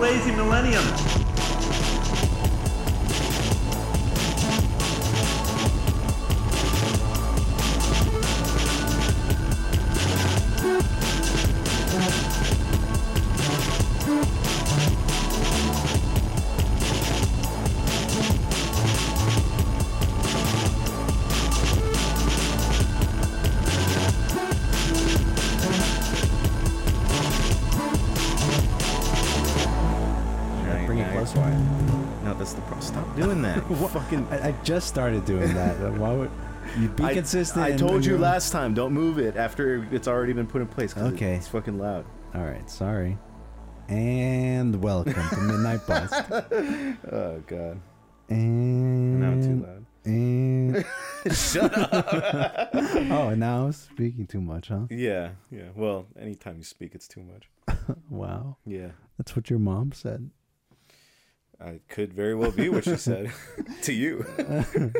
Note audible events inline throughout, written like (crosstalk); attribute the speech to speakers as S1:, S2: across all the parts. S1: lazy millennium.
S2: Now-
S3: bring it
S2: now you're
S3: closer?
S2: quiet. No, that's the problem. Stop doing
S3: (laughs)
S2: that. you fucking.
S3: I, I just started doing (laughs) that. Uh, Why would you be
S2: I-
S3: consistent?
S2: I
S3: and-
S2: told
S3: and
S2: you
S3: you're-
S2: last time. Don't move it after it's already been put in place. 'cause it-
S3: Okay.
S2: It's fucking loud.
S3: All right, sorry. And welcome to
S2: (laughs)
S3: Midnight Blast.
S2: Oh god.
S3: And
S2: Now too loud.
S3: And
S2: (laughs)
S3: shut up. (laughs) oh, and now I'm speaking too much, huh?
S2: Yeah. Yeah. Well, anytime you speak, it's too much.
S3: Wow,
S2: Yeah.
S3: that's what your mom said. (laughs)
S2: I could very well be what she said (laughs) to you.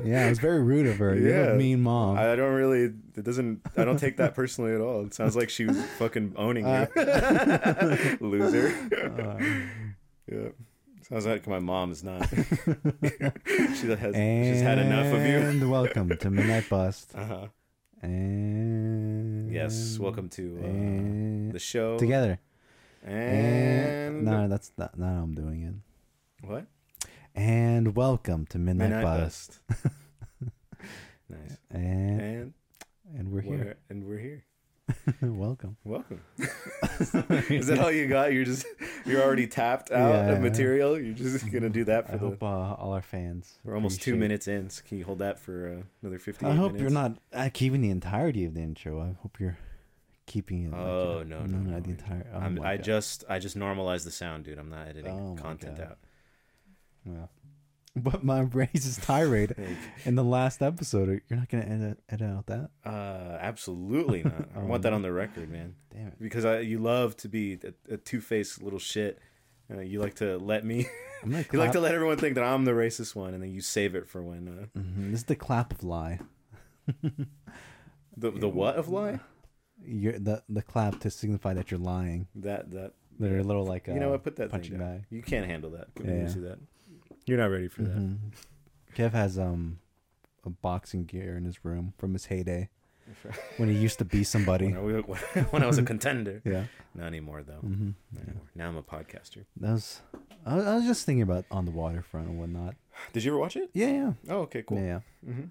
S3: Yeah, it was very rude of her. You have
S2: Yeah.
S3: a mean mom.
S2: I don't really. It doesn't. I don't take that personally at all. It sounds like she was fucking owning
S3: Uh.
S2: you, (laughs) loser. yeah. Sounds like my mom is not. (laughs) she has.
S3: and
S2: she's had enough of you.
S3: And welcome to Midnight Bust.
S2: Uh huh.
S3: And
S2: Yes. Welcome to uh,
S3: And
S2: the show.
S3: together.
S2: And
S3: no, that's not, not how I'm doing it.
S2: what?
S3: And welcome to Midnight,
S2: Midnight
S3: Bust.
S2: Bust.
S3: (laughs)
S2: nice.
S3: And
S2: And
S3: and we're
S2: we're
S3: here.
S2: and we're here.
S3: (laughs) welcome.
S2: Welcome. (laughs) Is that all you got? You're just you're already tapped out
S3: Yeah.
S2: of material. You're
S3: (laughs)
S2: just gonna do that
S3: I
S2: for the.
S3: hope uh, all our fans.
S2: We're almost two
S3: appreciate-
S2: minutes in. So can you hold that for uh, another fifty?
S3: I hope you're not uh, keeping the entirety of the intro. I hope you're keeping it. like,
S2: Oh
S3: uh,
S2: no no no!
S3: not the entire. Oh
S2: I'm,
S3: my
S2: I
S3: God.
S2: just I just normalized the sound, dude. I'm not editing
S3: Oh my
S2: content
S3: God.
S2: out.
S3: Yeah. But my (laughs) racist
S2: (laughs)
S3: tirade in the last episode. You're not gonna edit, edit out that.
S2: Uh, absolutely not.
S3: (laughs) Oh
S2: I want that on the record, man.
S3: Damn it.
S2: Because I you love to be a, a two faced little shit. Uh, you like to let me. (laughs)
S3: I'm gonna
S2: you like
S3: clap.
S2: to let everyone think that I'm the racist one, and then you save it for when uh,
S3: Mhm, This is the clap of lie.
S2: the the what of lie
S3: You're the the clap to signify that you're lying.
S2: that that
S3: They're a little like uh,
S2: you know what put that thing
S3: punching
S2: down.
S3: bag.
S2: You can't handle that. Give
S3: Yeah. Mm-hmm.
S2: me to that. You're not ready for that. (laughs)
S3: Kev has um a boxing gear in his room from his heyday when he used to be somebody.
S2: When I was- (laughs) when I was a contender.
S3: Yeah,
S2: Not anymore though.
S3: Mm. Mm-hmm.
S2: Not anymore. Now I'm a podcaster.
S3: that was. I was, I was just thinking about on the waterfront and whatnot.
S2: Did you ever watch it?
S3: Yeah, yeah,
S2: Oh, okay, cool. Mm-hmm.
S3: yeah. yeah.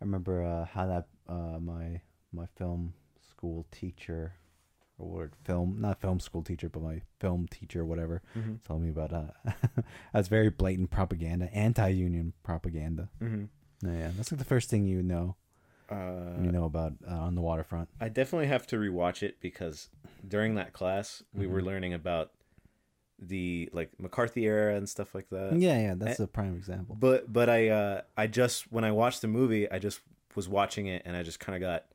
S3: I remember uh, how that uh, my my film school teacher or what film not film school teacher but my film teacher whatever told me about uh, (laughs) that's very blatant propaganda anti-union propaganda yeah, yeah that's like the first thing you know
S2: Mm-hmm. Uh,
S3: when you know about uh, on the waterfront
S2: I definitely have to rewatch it because during that class we were
S3: Mm-hmm.
S2: learning about the like McCarthy era and stuff like that.
S3: Yeah, yeah, that's a prime example.
S2: But but I uh, I just when I watched the movie I just was watching it and I just kind of got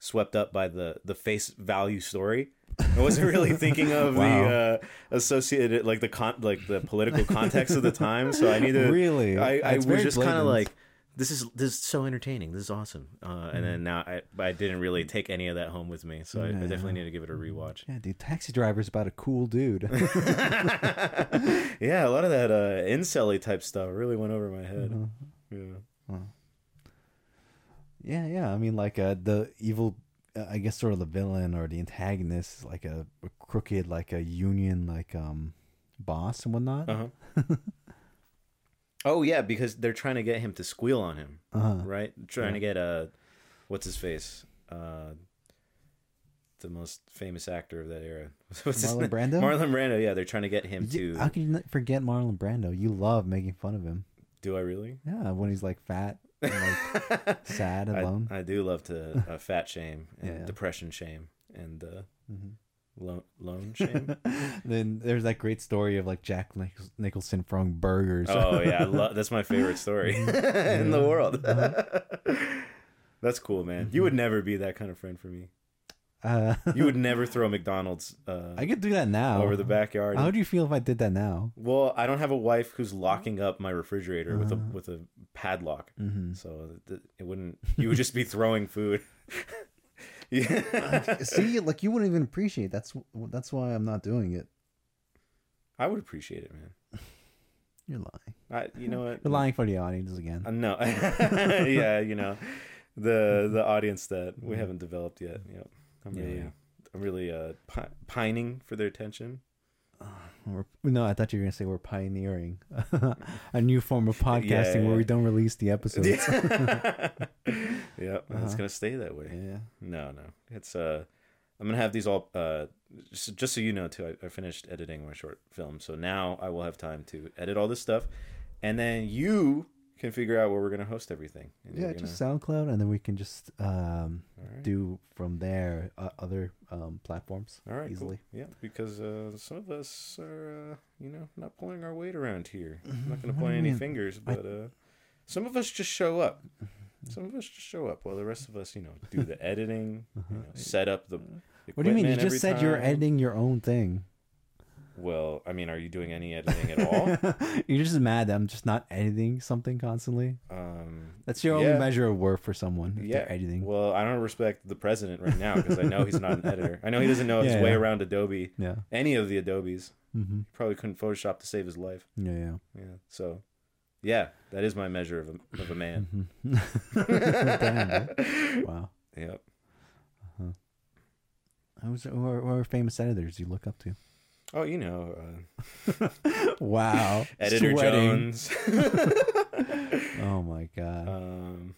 S2: swept up by the the face value story. I wasn't
S3: (laughs)
S2: really thinking of
S3: Wow.
S2: the uh, associated like the con- like the political context of
S3: (laughs)
S2: the time. So I needed
S3: Really?
S2: I, I
S3: That's
S2: was
S3: very
S2: just kind of
S3: blatant.
S2: like this is this is so entertaining. This is awesome. Uh,
S3: Mm-hmm.
S2: and then now I I didn't really take any of that home with me. So I, I definitely need to give it a
S3: (laughs)
S2: rewatch. (laughs)
S3: Yeah, dude, Taxi Driver's about a cool dude. (laughs)
S2: Yeah, a lot of that uh, incel type stuff really went over my head.
S3: Mm-hmm.
S2: Yeah.
S3: yeah, yeah. I mean, like uh, the evil, uh, I guess, sort of the villain or the antagonist, is like a, a crooked, like a union, like um, boss and whatnot.
S2: Uh-huh. (laughs) Oh yeah, because they're trying to get him to squeal on him,
S3: Uh-huh.
S2: right? Trying to get uh, what's his face, uh, the most famous actor of that era. (laughs) What's his
S3: Marlon
S2: name?
S3: Brando?
S2: Marlon Brando. Yeah, they're trying to get him
S3: You-
S2: to.
S3: How can you not forget Marlon Brando? You love making fun of him.
S2: Do I really? (laughs)
S3: Yeah, when he's like fat, and, like sad, and
S2: I,
S3: alone.
S2: I do love to
S3: (laughs)
S2: uh, fat shame and
S3: Yeah.
S2: depression shame and uh,
S3: Mm-hmm.
S2: lo- lone
S3: (laughs)
S2: shame.
S3: Then there's that great story of like Jack Nich- Nicholson throwing burgers.
S2: oh yeah, I lo- that's my favorite story (laughs) in the world.
S3: Uh-huh.
S2: (laughs) that's cool, man. You would
S3: Mm-hmm.
S2: never be that kind of friend for me.
S3: (laughs) Uh,
S2: You would never throw McDonald's uh,
S3: I could do that now.
S2: over the backyard.
S3: How would you feel if I did that now?
S2: well, I don't have a wife who's locking up my refrigerator with
S3: Uh-huh.
S2: a with a padlock,
S3: (laughs) Mm-hmm.
S2: so uh, th- it wouldn't. You would just be throwing food. (laughs) yeah.
S3: See, like you wouldn't even appreciate. That's that's why I'm not doing it.
S2: I would appreciate it, man.
S3: You're lying.
S2: I, you know what?
S3: You're lying for the audience again.
S2: Uh, no. (laughs) yeah, you know, the the audience that we haven't developed yet. Yep. I'm
S3: Yeah,
S2: really,
S3: yeah.
S2: I'm really uh, pi- pining for their attention.
S3: We're, no, I thought you were gonna say we're pioneering (laughs) a new form of podcasting where
S2: (laughs) yeah.
S3: we don't release the episodes. (laughs)
S2: Yeah, (laughs)
S3: Yeah.
S2: yep. and It's
S3: Uh-huh.
S2: gonna stay that way. No, no. It's uh, I'm gonna have these all uh, just, just so you know too. I, I finished editing my short film, so now I will have time to edit all this stuff, and then you can figure out where we're gonna host everything. And
S3: Yeah,
S2: you're
S3: just SoundCloud, and then we can just um,
S2: gonna- all right.
S3: do from there uh, other um, platforms
S2: All right,
S3: easily.
S2: Cool. Yeah, because uh, some of us are, uh, you know, not pulling our weight around here. I'm not going to
S3: Mm-hmm. What do
S2: play
S3: you
S2: any
S3: mean?
S2: fingers,
S3: I- Mm-hmm.
S2: but uh, some of us just show up. Some of us just show up, while the rest of us, you know, do the editing, you know, set up the.
S3: Uh-huh. Uh, What do you mean? You
S2: equipment every
S3: just said you're
S2: time.
S3: editing your own thing.
S2: Well, I mean, are you doing any editing at
S3: (laughs)
S2: all?
S3: You're just mad that I'm just not editing something constantly.
S2: um,
S3: That's your
S2: Yeah.
S3: only measure of worth for someone. If
S2: yeah.
S3: they're editing.
S2: Well, I don't respect the president right now because I know he's not
S3: (laughs)
S2: an editor. I know he doesn't know his
S3: Yeah,
S2: way
S3: yeah.
S2: around Adobe,
S3: yeah.
S2: any of the Adobes.
S3: hmm
S2: He probably couldn't Photoshop to save his life.
S3: Yeah. Yeah.
S2: Yeah. So, yeah, that is my measure of a of a man.
S3: Mm-hmm. (laughs) Damn, bro.
S2: (laughs)
S3: wow.
S2: yep.
S3: Who's, who, are, who are famous editors you look
S2: (laughs)
S3: up to?
S2: Oh, you know, uh,
S3: Wow.
S2: Editor
S3: Sweating.
S2: Jones.
S3: Oh my god.
S2: um,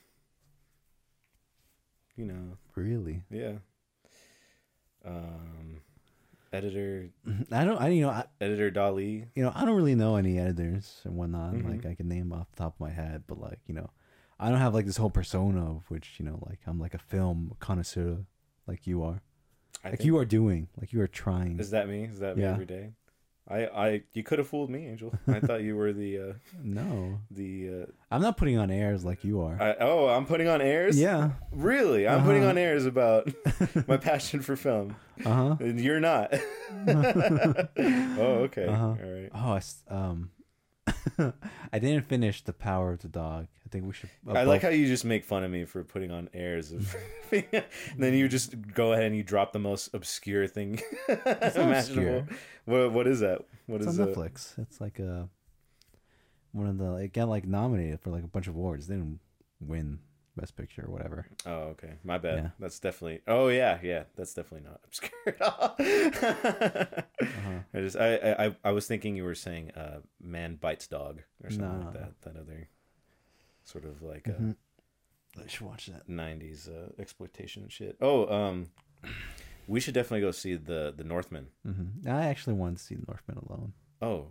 S2: you know,
S3: really? (clears throat)
S2: yeah. Um, editor
S3: I don't. I you know. I,
S2: editor Dali.
S3: you know. I don't really know any editors and whatnot.
S2: Mhm.
S3: Like I can name off the top of my head, but like you know, I don't have like this whole persona of which you know, like I'm like a film connoisseur, like you are.
S2: I
S3: like
S2: think.
S3: you are doing. Like you are trying.
S2: Is that me? Is that me
S3: Yeah.
S2: every day? I, I you could have fooled me, Angel.
S3: (laughs)
S2: I thought you were the uh,
S3: No,
S2: the
S3: I'm not putting on airs like you
S2: uh,
S3: are.
S2: I, oh I'm putting on airs.
S3: yeah. (laughs)
S2: really, I'm putting
S3: Uh-huh.
S2: on airs about my passion for film.
S3: Uh huh.
S2: And You're
S3: (laughs)
S2: not. (laughs) oh, okay.
S3: Uh-huh.
S2: All right.
S3: Oh, I, s- um, (laughs) I didn't finish the power of the dog. I think we should. uh,
S2: I like how you just make fun of me for putting on airs of (laughs) and then you just go ahead and you drop the most obscure thing (laughs) imaginable. What what is that? What
S3: it's
S2: is
S3: on
S2: that?
S3: Netflix. It's like a one of the. It got like nominated for like a bunch of awards. They didn't win best picture or whatever.
S2: Oh, okay. My bad.
S3: Yeah.
S2: That's definitely Oh yeah, yeah. That's definitely not (laughs) obscure at all.
S3: Uh-huh.
S2: I just I, I I- I was thinking you were saying uh man bites dog or something
S3: No.
S2: like that. That other sort of like uh,
S3: Mm-hmm. I should watch that.
S2: 90s uh, exploitation shit. Oh, um we should definitely go see the the Northman.
S3: hmm I actually wanted to see Northman alone.
S2: Oh.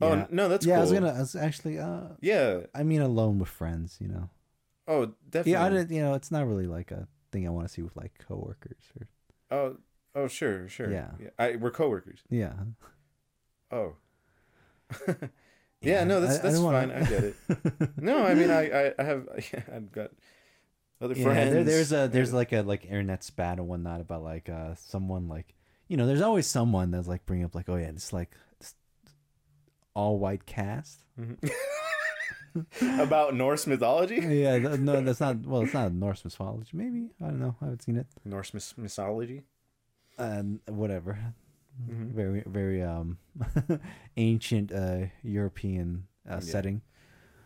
S2: Oh,
S3: Yeah.
S2: no, that's
S3: yeah,
S2: cool.
S3: I was gonna. I was actually. Uh,
S2: Yeah.
S3: I mean, alone with friends. You know.
S2: Oh, definitely.
S3: Yeah, I didn't. You know, it's not really like a thing I want to see with like coworkers or.
S2: Oh, oh, sure, sure.
S3: Yeah.
S2: I, we're coworkers.
S3: Yeah.
S2: Oh. (laughs) yeah, no, that's
S3: I- I
S2: that's
S3: don't wanna-
S2: fine. I
S3: (laughs)
S2: get it. No, I mean, I I, I have (laughs) I've got other
S3: Yeah,
S2: friends.
S3: there, there's a
S2: (laughs)
S3: there's like a like internet spat and whatnot about like uh someone like you know there's always someone that's like bringing up like oh yeah this like this all white cast
S2: about Norse mythology,
S3: (laughs) yeah th- no that's not well it's not Norse mythology maybe I don't know I haven't seen it
S2: Norse mys- mythology.
S3: and Um, whatever very very um (laughs) ancient uh European uh, setting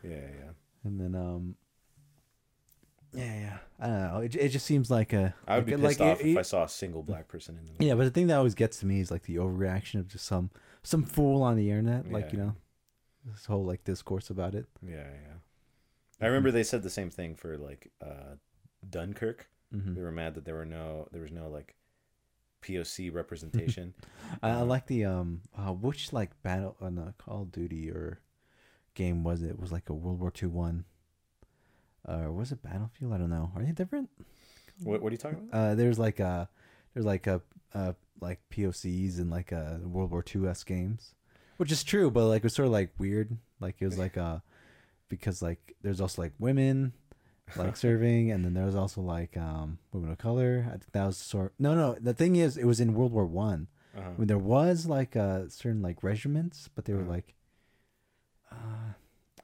S2: Yeah, yeah.
S3: and then um yeah yeah I don't know it, it just seems like a
S2: I would
S3: like,
S2: be pissed
S3: like,
S2: off
S3: it-
S2: if
S3: it-
S2: I saw a single black person in the
S3: Yeah, but the thing that always gets to me is like the overreaction of just some some fool on the internet, like you
S2: Yeah.
S3: know, this whole like discourse about it.
S2: Yeah, yeah. I remember
S3: Mm-hmm.
S2: they said the same thing for like uh, Dunkirk.
S3: Mhm.
S2: They were mad that there were no there was no like POC representation.
S3: I, I like the um, uh, which like battle on uh, no, Call of Duty or game was it? it? Was like a World War Two one, or was it Battlefield? I don't know. Are they different?
S2: what what are you talking about?
S3: Uh, there's like uh there's like a uh like POCs and like uh World War Two s games, which is true, but like it was sort of like weird. Like it was like uh because like there's also like women
S2: (laughs)
S3: like serving, and then there was also like um women of color. I think that was sort. No, no. The thing is, it was in World War One
S2: Uh-huh.
S3: when there was like uh certain like regiments, but they were
S2: Uh-huh.
S3: like. uh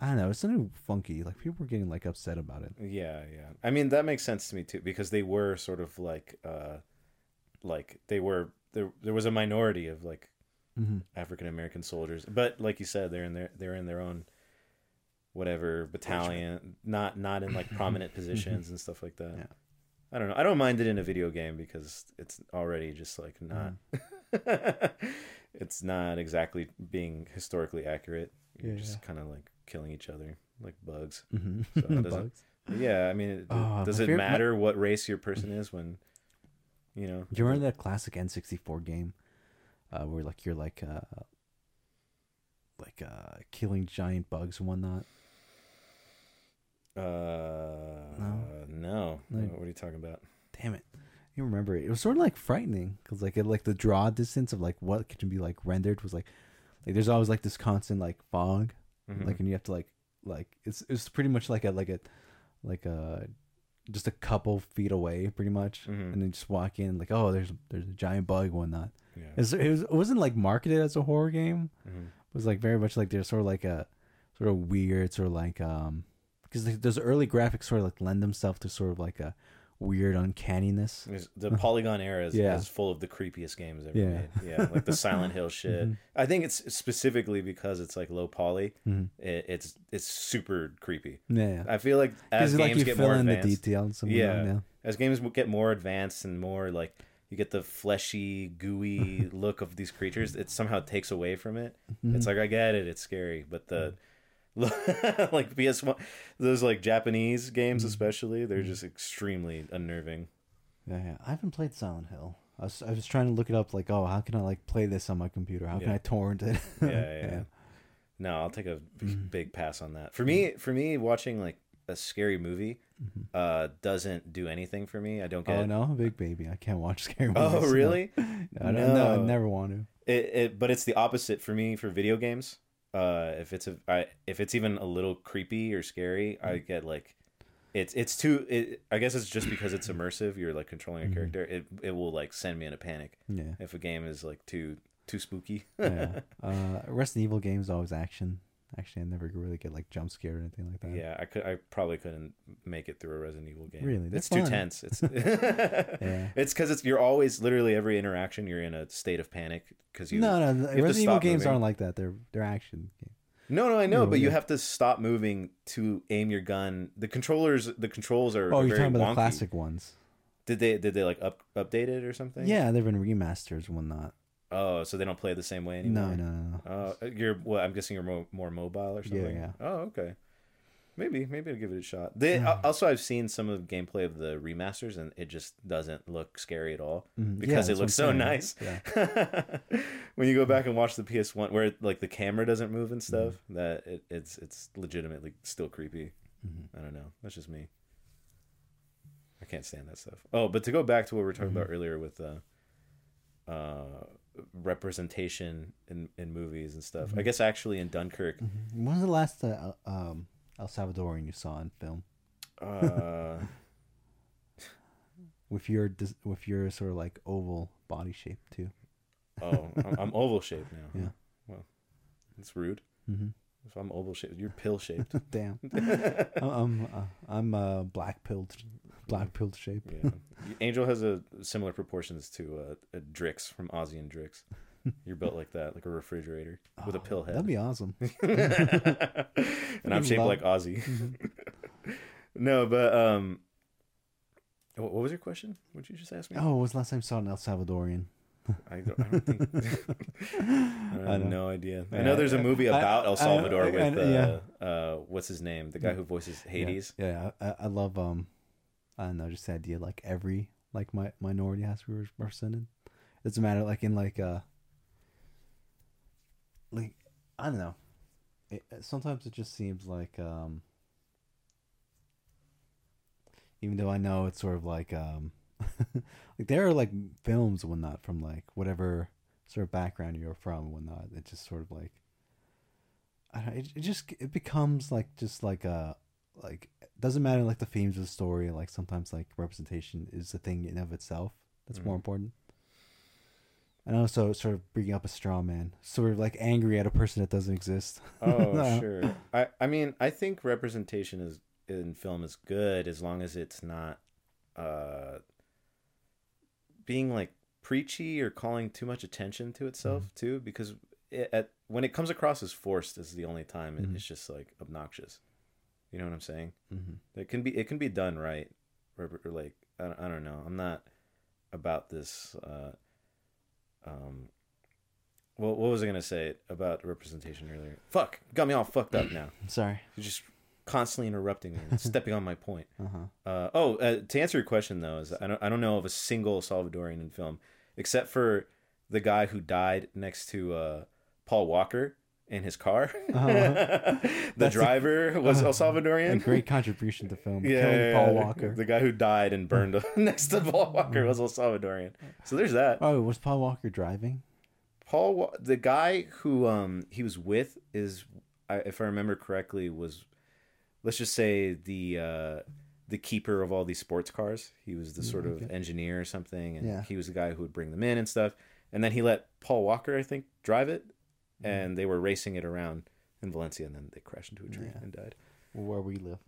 S3: I don't know. It's something funky. Like people were getting like upset about it.
S2: Yeah, yeah. I mean that makes sense to me too because they were sort of like uh like they were there there was a minority of like
S3: Mm-hmm.
S2: African American soldiers. But like you said, they're in their they're in their own whatever battalion, not not in like prominent positions and stuff like that.
S3: Yeah.
S2: I don't know. I don't mind it in a video game because it's already just like not. (laughs) it's not exactly being historically accurate. You're
S3: Yeah,
S2: just kind of like killing each other like bugs.
S3: Mm-hmm.
S2: So
S3: (laughs)
S2: it doesn't- Yeah, I mean, it,
S3: (gasps) Oh,
S2: does
S3: my
S2: it
S3: favorite- my-
S2: matter what race your person is when, you know?
S3: Do you remember that classic N64 game uh, where like you're like uh, like uh, killing giant bugs and whatnot?
S2: Uh, no.
S3: Like-
S2: What are you talking about?
S3: Damn it, you remember it? It was sort of like frightening because like it, like the draw distance of like what can be like rendered was like like there's always like this constant like fog
S2: Mhm.
S3: like and you have to like like it's it's pretty much like a like a like a just a couple feet away pretty much
S2: Mhm.
S3: and then just walk in like oh there's there's a giant bug and whatnot
S2: yeah.
S3: It's- it, was, it wasn't like marketed as a horror game
S2: Mhm.
S3: it was like very much like there's sort of like a sort of weird sort of like um because those early graphics sort of like lend themselves to sort of like a weird uncanniness
S2: There's-
S3: (laughs)
S2: The Polygon era is,
S3: Yeah.
S2: is full of the creepiest games ever
S3: Yeah. Mm-hmm.
S2: made. Yeah, like the Silent
S3: (laughs)
S2: Hill shit. I think it's specifically because it's like low poly.
S3: Mhm.
S2: It, it's it's super creepy.
S3: yeah
S2: I feel like as
S3: 'Cause,
S2: games
S3: like you
S2: get
S3: fill
S2: more
S3: in the
S2: advanced,
S3: details and
S2: yeah,
S3: whatnot, yeah
S2: as games get more advanced and more like you get the fleshy,
S3: (laughs)
S2: gooey look of these creatures, it somehow takes away from it. It's
S3: Mm-hmm.
S2: like I get it, it's scary, but the (laughs) like PS1, those like Japanese games
S3: Mm-hmm.
S2: especially, they're just extremely unnerving.
S3: (laughs) Yeah, yeah. I haven't played Silent Hill. I was, I was trying to look it up, like, oh, how can I like play this on my computer? How can
S2: Yeah.
S3: I torrent it? (laughs)
S2: yeah, yeah, yeah. No, I'll take a b-
S3: Mm-hmm.
S2: big pass on that. For me, for me, watching like a scary movie uh, doesn't do anything for me. I don't get.
S3: Mm-hmm. Oh no, I'm a big baby. I can't watch (laughs) scary movies.
S2: (laughs) Oh,
S3: No.
S2: really?
S3: I don't know. I
S2: No.
S3: never want to.
S2: It, it, but it's the opposite for me for video games. Uh, if it's a, I, if it's even a little creepy or scary, I
S3: Mm-hmm.
S2: get like, it's it's too. It, I guess it's just because it's immersive. You're like controlling
S3: Mm-hmm.
S2: a character. It it will like send me in a panic
S3: Yeah.
S2: if a game is like too too spooky. (laughs)
S3: yeah. Uh, Resident Evil games always action. Actually, I never really get like jump scared or anything like that.
S2: Yeah, I could. I probably couldn't make it through a Resident Evil game.
S3: Really? They're
S2: it's too
S3: fun.
S2: tense.
S3: (laughs)
S2: It's (laughs) it's because it's you're always literally every interaction you're in a state of panic because you
S3: No, no, the
S2: have to
S3: Resident Evil
S2: stop eh?
S3: games
S2: moving.
S3: aren't like that. They're they're action games.
S2: no no I know
S3: No,
S2: but you
S3: yeah.
S2: have to stop moving to aim your gun. The controllers the controls are
S3: Oh,
S2: are
S3: you're
S2: very
S3: talking about the
S2: wonky.
S3: classic ones.
S2: Did they did they like up update it or something?
S3: Yeah, they've been remasters and whatnot.
S2: Oh, so they don't play the same way
S3: No,
S2: anymore.
S3: no, no, no.
S2: Uh, you're well. I'm guessing you're more, more mobile or something.
S3: yeah.
S2: Oh, okay. Maybe maybe I'll give it a shot. They
S3: (sighs)
S2: al- also I've seen some of gameplay of the remasters and it just doesn't look scary at all
S3: Mm, yeah,
S2: because it
S3: that's
S2: looks
S3: what I'm
S2: so
S3: saying.
S2: nice. (laughs)
S3: Yeah.
S2: when you go back and watch the PS1 where like the camera doesn't move and stuff, that it, it's it's legitimately still creepy. I don't know. That's just me. I can't stand that stuff. Oh, but to go back to what we were talking about earlier with uh, uh, representation in, in movies and stuff. I guess actually in
S3: (laughs)
S2: Dunkirk,
S3: When was the last uh, um, El Salvadorian you saw in film?
S2: uh,
S3: with your dis- with your sort of like oval body shape too.
S2: oh, I'm, I'm oval shaped now.
S3: Yeah.
S2: Well, that's rude.
S3: Mm-hmm.
S2: If I'm oval shaped, you're pill shaped. (laughs)
S3: Damn, (laughs) I'm I'm, uh, I'm uh, black pilled, black pilled shape.
S2: Yeah. Angel has a similar proportions to uh, a Drix from Ozzy and
S3: (laughs)
S2: Drix. You're built like that, like a refrigerator with a
S3: Oh,
S2: pill head.
S3: That'd
S2: (laughs)
S3: be awesome.
S2: and I'm
S3: Freaking
S2: shaped
S3: love-
S2: like Ozzy.
S3: Mm-hmm.
S2: no, but um, wh- what was your question? What did you just ask me?
S3: Oh, what was the last time you saw an El Salvadorian?
S2: I, don't, I don't
S3: (laughs)
S2: think. I have
S3: know.
S2: no idea. I
S3: Yeah,
S2: know there's a
S3: I-
S2: movie
S3: I-
S2: about
S3: I-
S2: El Salvador
S3: I-
S2: with uh,
S3: I-
S2: uh, what's his name, the guy who voices Hades.
S3: Yeah, yeah I, I- I love um, I don't know, just the idea like every like my minority has to be re- represented. It doesn't matter like in like uh, like I don't know. It, it- sometimes it just seems like um, even though I know it's sort of like um, (laughs) like there are like films and whatnot from like whatever sort of background you're from and whatnot. It just sort of like. I don't, it, it just it becomes like just like a like doesn't matter like the themes of the story like sometimes like representation is a thing in of itself that's
S2: Mm-hmm.
S3: more important and also sort of bringing up a straw man sort of like angry at a person that doesn't exist
S2: (laughs) Oh,
S3: No.
S2: sure. I, I mean, I think representation is in film is good as long as it's not uh, being like preachy or calling too much attention to itself too, because it, at when it comes across as forced, is the only time it-
S3: Mhm.
S2: it's just like obnoxious. You know what I'm saying?
S3: hmm
S2: It can be it can be done right, or, or like I don't, I don't know. I'm not about this. Uh, um, well, what was I gonna say about representation earlier? Fuck, got me all fucked up
S3: (clears throat)
S2: now.
S3: (laughs) Sorry.
S2: You're just constantly interrupting me, and stepping on my point.
S3: Uh huh.
S2: Uh, oh, uh, to answer your question though, is I don't I don't know of a single Salvadorian in film except for the guy who died next to uh, Paul Walker in his car. (laughs) the
S3: Uh-huh. That's a-
S2: driver
S3: (laughs)
S2: was El Salvadorian.
S3: A
S2: (laughs)
S3: great contribution to film.
S2: Yeah,
S3: Killing
S2: yeah,
S3: Paul
S2: yeah.
S3: Walker. Mm-hmm.
S2: the guy who died and burned (laughs) next to Paul Walker was El Salvadorian. So there's that.
S3: Oh, was Paul Walker driving?
S2: Paul, Wa- the guy who um he was with is, I- if I remember correctly, was, let's just say the uh the keeper of all these sports cars. He was the sort of engineer or something, and
S3: Mm, Yeah.
S2: he was the guy who would bring them in and stuff. And then he let Paul Walker, I think, drive it,
S3: Mm-hmm.
S2: and they were racing it around in Valencia, and then they crashed into a tree
S3: Yeah.
S2: and died.
S3: Where we live.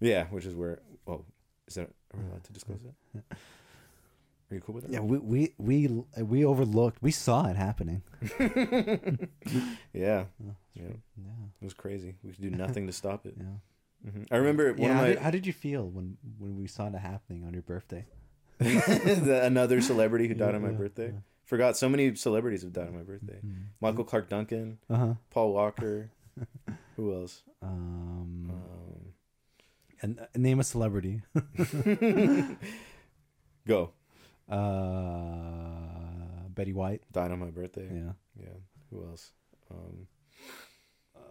S2: Yeah, which is where. Oh, is that? Are we allowed to disclose that? Are you cool with that?
S3: Yeah, we we we we overlooked. We saw it happening.
S2: Yeah,
S3: Yeah.
S2: Yeah.
S3: Yeah.
S2: it was crazy. We could do nothing to stop it.
S3: yeah.
S2: hmm I remember one
S3: how,
S2: of
S3: did,
S2: my
S3: how did you feel when when we saw it happening on your birthday?
S2: (laughs) the, another celebrity who died on my
S3: Yeah,
S2: birthday. Forgot so many celebrities have died on my birthday. Michael Clark Duncan,
S3: Uh huh.
S2: Paul
S3: (laughs)
S2: Walker. who else?
S3: Um,
S2: Um,
S3: and uh, name a celebrity. (laughs)
S2: go
S3: Uh, Betty White.
S2: died on my birthday. Yeah.
S3: Yeah.
S2: Who else? Um,
S3: Uh,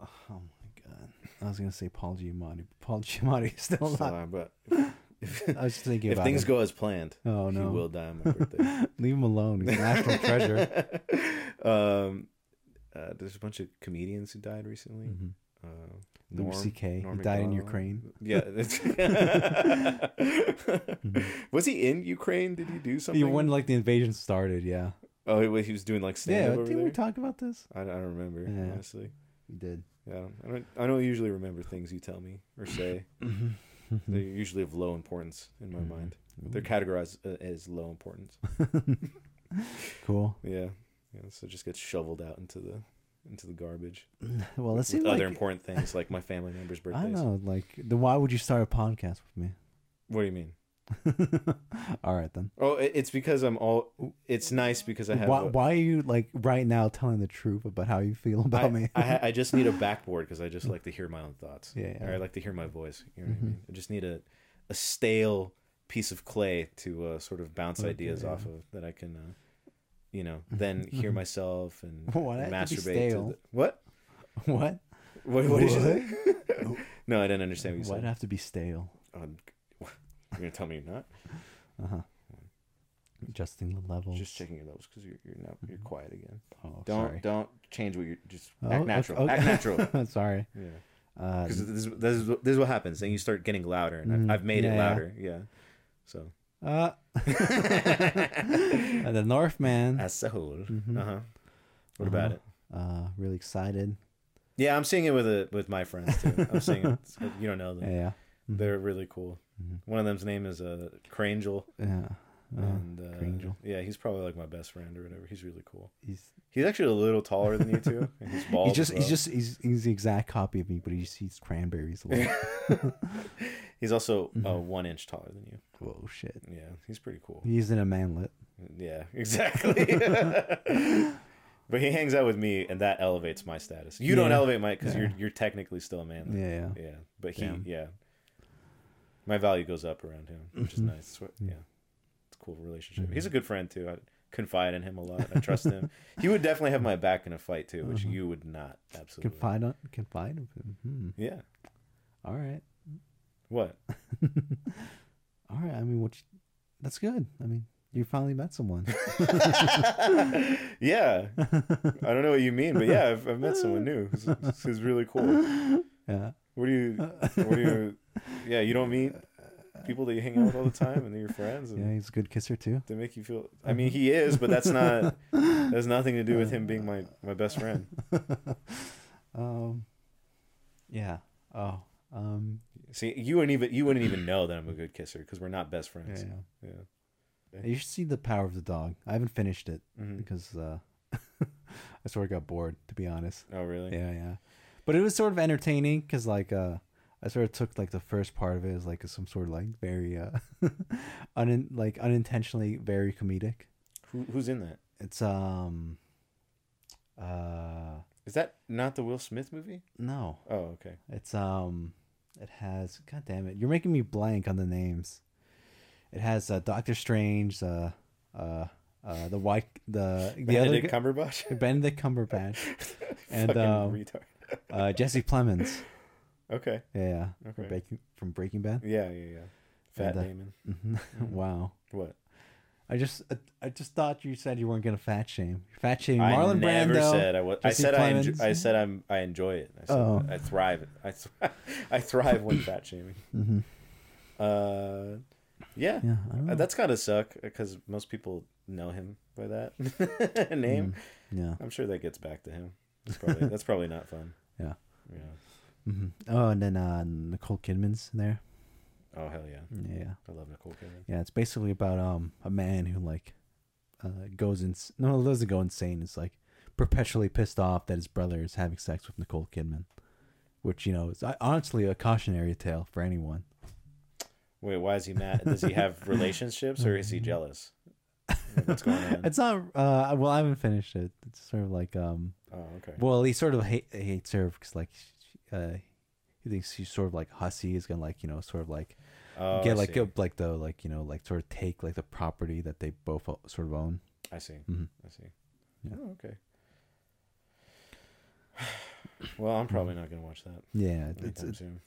S3: Oh my god. I was gonna say Paul Giamatti. Paul (laughs) Giamatti is still
S2: still
S3: alive.
S2: alive, but
S3: (laughs) I was just thinking
S2: if
S3: about
S2: things
S3: him.
S2: go as planned, (laughs)
S3: Oh
S2: he
S3: no.
S2: will Mm-hmm. die on my birthday.
S3: Leave him alone. He's a
S2: (laughs)
S3: national treasure.
S2: um, uh, there's a bunch of comedians who died recently.
S3: Mhm.
S2: Uh,
S3: Louis
S2: Norm-
S3: C.K.
S2: Norm
S3: He died in
S2: Macdonald.
S3: Ukraine.
S2: Yeah.
S3: (laughs)
S2: that's- (laughs) was he in Ukraine? Did he do something?
S3: Mm-hmm. He, when like the invasion started, yeah.
S2: oh, he was, he was doing like stand
S3: Yeah,
S2: up over
S3: didn't
S2: there.
S3: we talk about this?
S2: I, I don't remember
S3: Yeah.
S2: honestly.
S3: We did.
S2: Yeah, I don't, I don't. I don't usually remember things you tell me
S3: (laughs)
S2: or say.
S3: Mm-hmm.
S2: (laughs) They're usually of low importance in my
S3: Mhm.
S2: mind. They're categorized uh, as low importance.
S3: (laughs)
S2: (laughs)
S3: Cool.
S2: Yeah. Yeah. So it just gets shoveled out into the into the garbage.
S3: Well, it seems
S2: with other
S3: like
S2: important things like my family members' birthdays.
S3: (laughs) I don't know. Like, then why would you start a podcast with me? (laughs)
S2: What do you mean?
S3: All right then.
S2: Oh, i- it's because I'm all. It's nice because I have.
S3: Why,
S2: a-
S3: why are you like right now telling the truth about how you feel about
S2: I,
S3: me?
S2: I, ha- I just need a backboard because I just like to hear my own thoughts.
S3: (laughs) Yeah, yeah. Mm-hmm.
S2: Or I like to hear my voice. You know what I mean? I just need a, a stale piece of clay to uh, sort of bounce ideas off of that I can, uh, you know, then hear myself
S3: (laughs)
S2: and,
S3: Why
S2: and
S3: did Mm-hmm. it have to be
S2: masturbate. To
S3: stale?
S2: the, what?
S3: what?
S2: What, (laughs) what did you say? (laughs) No, I didn't understand what you
S3: Why'd it
S2: said.
S3: have to be stale?
S2: Um, you're gonna tell me you're not?
S3: Uh huh. Adjusting the level.
S2: Just checking your levels because you're you're not you're quiet again.
S3: oh,
S2: Don't
S3: Mm-hmm. sorry.
S2: don't change what you're just
S3: Oh,
S2: act
S3: okay,
S2: natural.
S3: okay.
S2: Act
S3: (laughs)
S2: natural.
S3: sorry.
S2: Yeah.
S3: Uh,
S2: Because this, is- this is what- this is what happens. Then you start getting louder, and I've, I've made it
S3: Mm-hmm. yeah.
S2: louder. Yeah. So
S3: uh, (laughs) the Northman.
S2: as a whole,
S3: Mm-hmm.
S2: uh
S3: Uh-huh.
S2: huh. What about it?
S3: Uh, really excited.
S2: Yeah, I'm seeing it with a with my friends too. I'm seeing
S3: (laughs)
S2: it. uh, You don't know them.
S3: Yeah. Mm-hmm.
S2: They're really cool. One of them's name is uh, Crangel,
S3: Yeah. Uh,
S2: and uh,
S3: Crangel.
S2: yeah, he's probably like my best friend or whatever. He's really cool.
S3: he's
S2: He's actually a little taller than you two. And
S3: (laughs)
S2: he's bald.
S3: he's just
S2: as
S3: he's
S2: well.
S3: just he's, he's the exact copy of me, but he just eats cranberries a (laughs) lot.
S2: He's also uh,
S3: Mm-hmm.
S2: one inch taller than you.
S3: Whoa, shit.
S2: Yeah, he's pretty cool.
S3: He's in a manlet.
S2: Yeah, (laughs) exactly. but he hangs out with me, and that elevates my status. You don't
S3: Yeah.
S2: elevate my because you're you're technically still a man.
S3: Yeah. yeah.
S2: yeah. But he,
S3: Damn.
S2: yeah, my value goes up around him, which is
S3: Mm-hmm.
S2: nice. It's what- yeah, it's a cool relationship. He's a good friend too. I confide in him a lot. I trust him. He would definitely have my back in a fight too, which you would not. Absolutely.
S3: Mm-hmm. Confide on confide. in him. Hmm.
S2: Yeah.
S3: All right. (laughs)
S2: What? (laughs)
S3: All right. I mean, what? You, that's good. I mean, you finally met (laughs) someone.
S2: Yeah. I don't know what you mean, but yeah, I've, I've met someone new who's, who's really cool.
S3: yeah.
S2: What do you? What do
S3: (laughs)
S2: you? Yeah, you don't meet people that you hang out with all the time, and they're your friends, and
S3: Yeah. Uh-huh. He's a good kisser too.
S2: they make you feel. I mean, he is, but that's
S3: (laughs)
S2: not. That has nothing to do
S3: Uh-huh.
S2: with him being my my best friend.
S3: Um. Yeah. Oh, Um,
S2: See, you wouldn't even you wouldn't even know that I'm a good kisser because we're not best
S3: yeah,
S2: friends.
S3: yeah.
S2: Yeah.
S3: you should see the power of the dog. I haven't finished it
S2: Mhm.
S3: because uh, (laughs) I sort of got bored, to be honest.
S2: Oh, really?
S3: Yeah, yeah. But it was sort of entertaining because like uh, I sort of took like the first part of it as like some sort of like very uh, (laughs) un like unintentionally very comedic.
S2: Who, who's in that?
S3: It's um, uh,
S2: Is that not the Will Smith movie?
S3: no,
S2: Oh, okay.
S3: it's um, it has. God damn it, you're making me blank on the names. It has uh, Doctor Strange, uh, uh, uh, the white, the the other
S2: Benedict
S3: guy-
S2: Cumberbatch. (laughs)
S3: Benedict Cumberbatch, and
S2: Fucking
S3: um,
S2: retard.
S3: uh, Jesse Plemons.
S2: Okay.
S3: Yeah, yeah. from
S2: Okay.
S3: Breaking from Breaking Bad.
S2: Yeah, yeah, yeah. Fat
S3: And, uh,
S2: Damon.
S3: (laughs) wow.
S2: Mm-hmm. What?
S3: I just I, I just thought you said you weren't gonna fat shame. You're fat shaming
S2: I
S3: Marlon
S2: never
S3: Brando.
S2: said I was. I
S3: Jesse
S2: said I, enjo-
S3: Plemons.
S2: I said I'm. I enjoy it. I, said,
S3: Oh.
S2: I thrive. I, th- (laughs) I thrive when fat shaming.
S3: Mhm.
S2: Uh, yeah,
S3: Yeah, I don't know.
S2: Uh, that's gotta suck because most people know him by that (laughs) name.
S3: Mm-hmm. yeah.
S2: I'm sure that gets back to him. That's probably that's probably not fun.
S3: (laughs) Yeah.
S2: Yeah.
S3: hmm Oh, and then uh, Nicole Kidman's in there.
S2: Oh hell yeah.
S3: Yeah,
S2: I love Nicole Kidman.
S3: yeah. It's basically about um a man who like uh goes in. No, doesn't go insane. It's like perpetually pissed off that his brother is having sex with Nicole Kidman, which you know is uh, honestly a cautionary tale for anyone.
S2: Wait, why is he mad? Does he
S3: (laughs)
S2: have relationships or
S3: Mm-hmm.
S2: is he jealous? What's going on?
S3: It's not. Uh, well, I haven't finished it. It's sort of like um
S2: Oh okay.
S3: Well, he sort of hate, hates her because like she- uh, he thinks she's sort of like hussy. He's gonna like you know sort of like
S2: Oh,
S3: get
S2: I
S3: like
S2: see.
S3: uh, like the like you know like sort of take like the property that they both o- sort of own.
S2: I see.
S3: Mhm.
S2: I see.
S3: Yeah.
S2: Oh, okay. (sighs) Well, I'm probably not going to watch that
S3: Yeah, it- it's
S2: anytime
S3: it's,
S2: soon.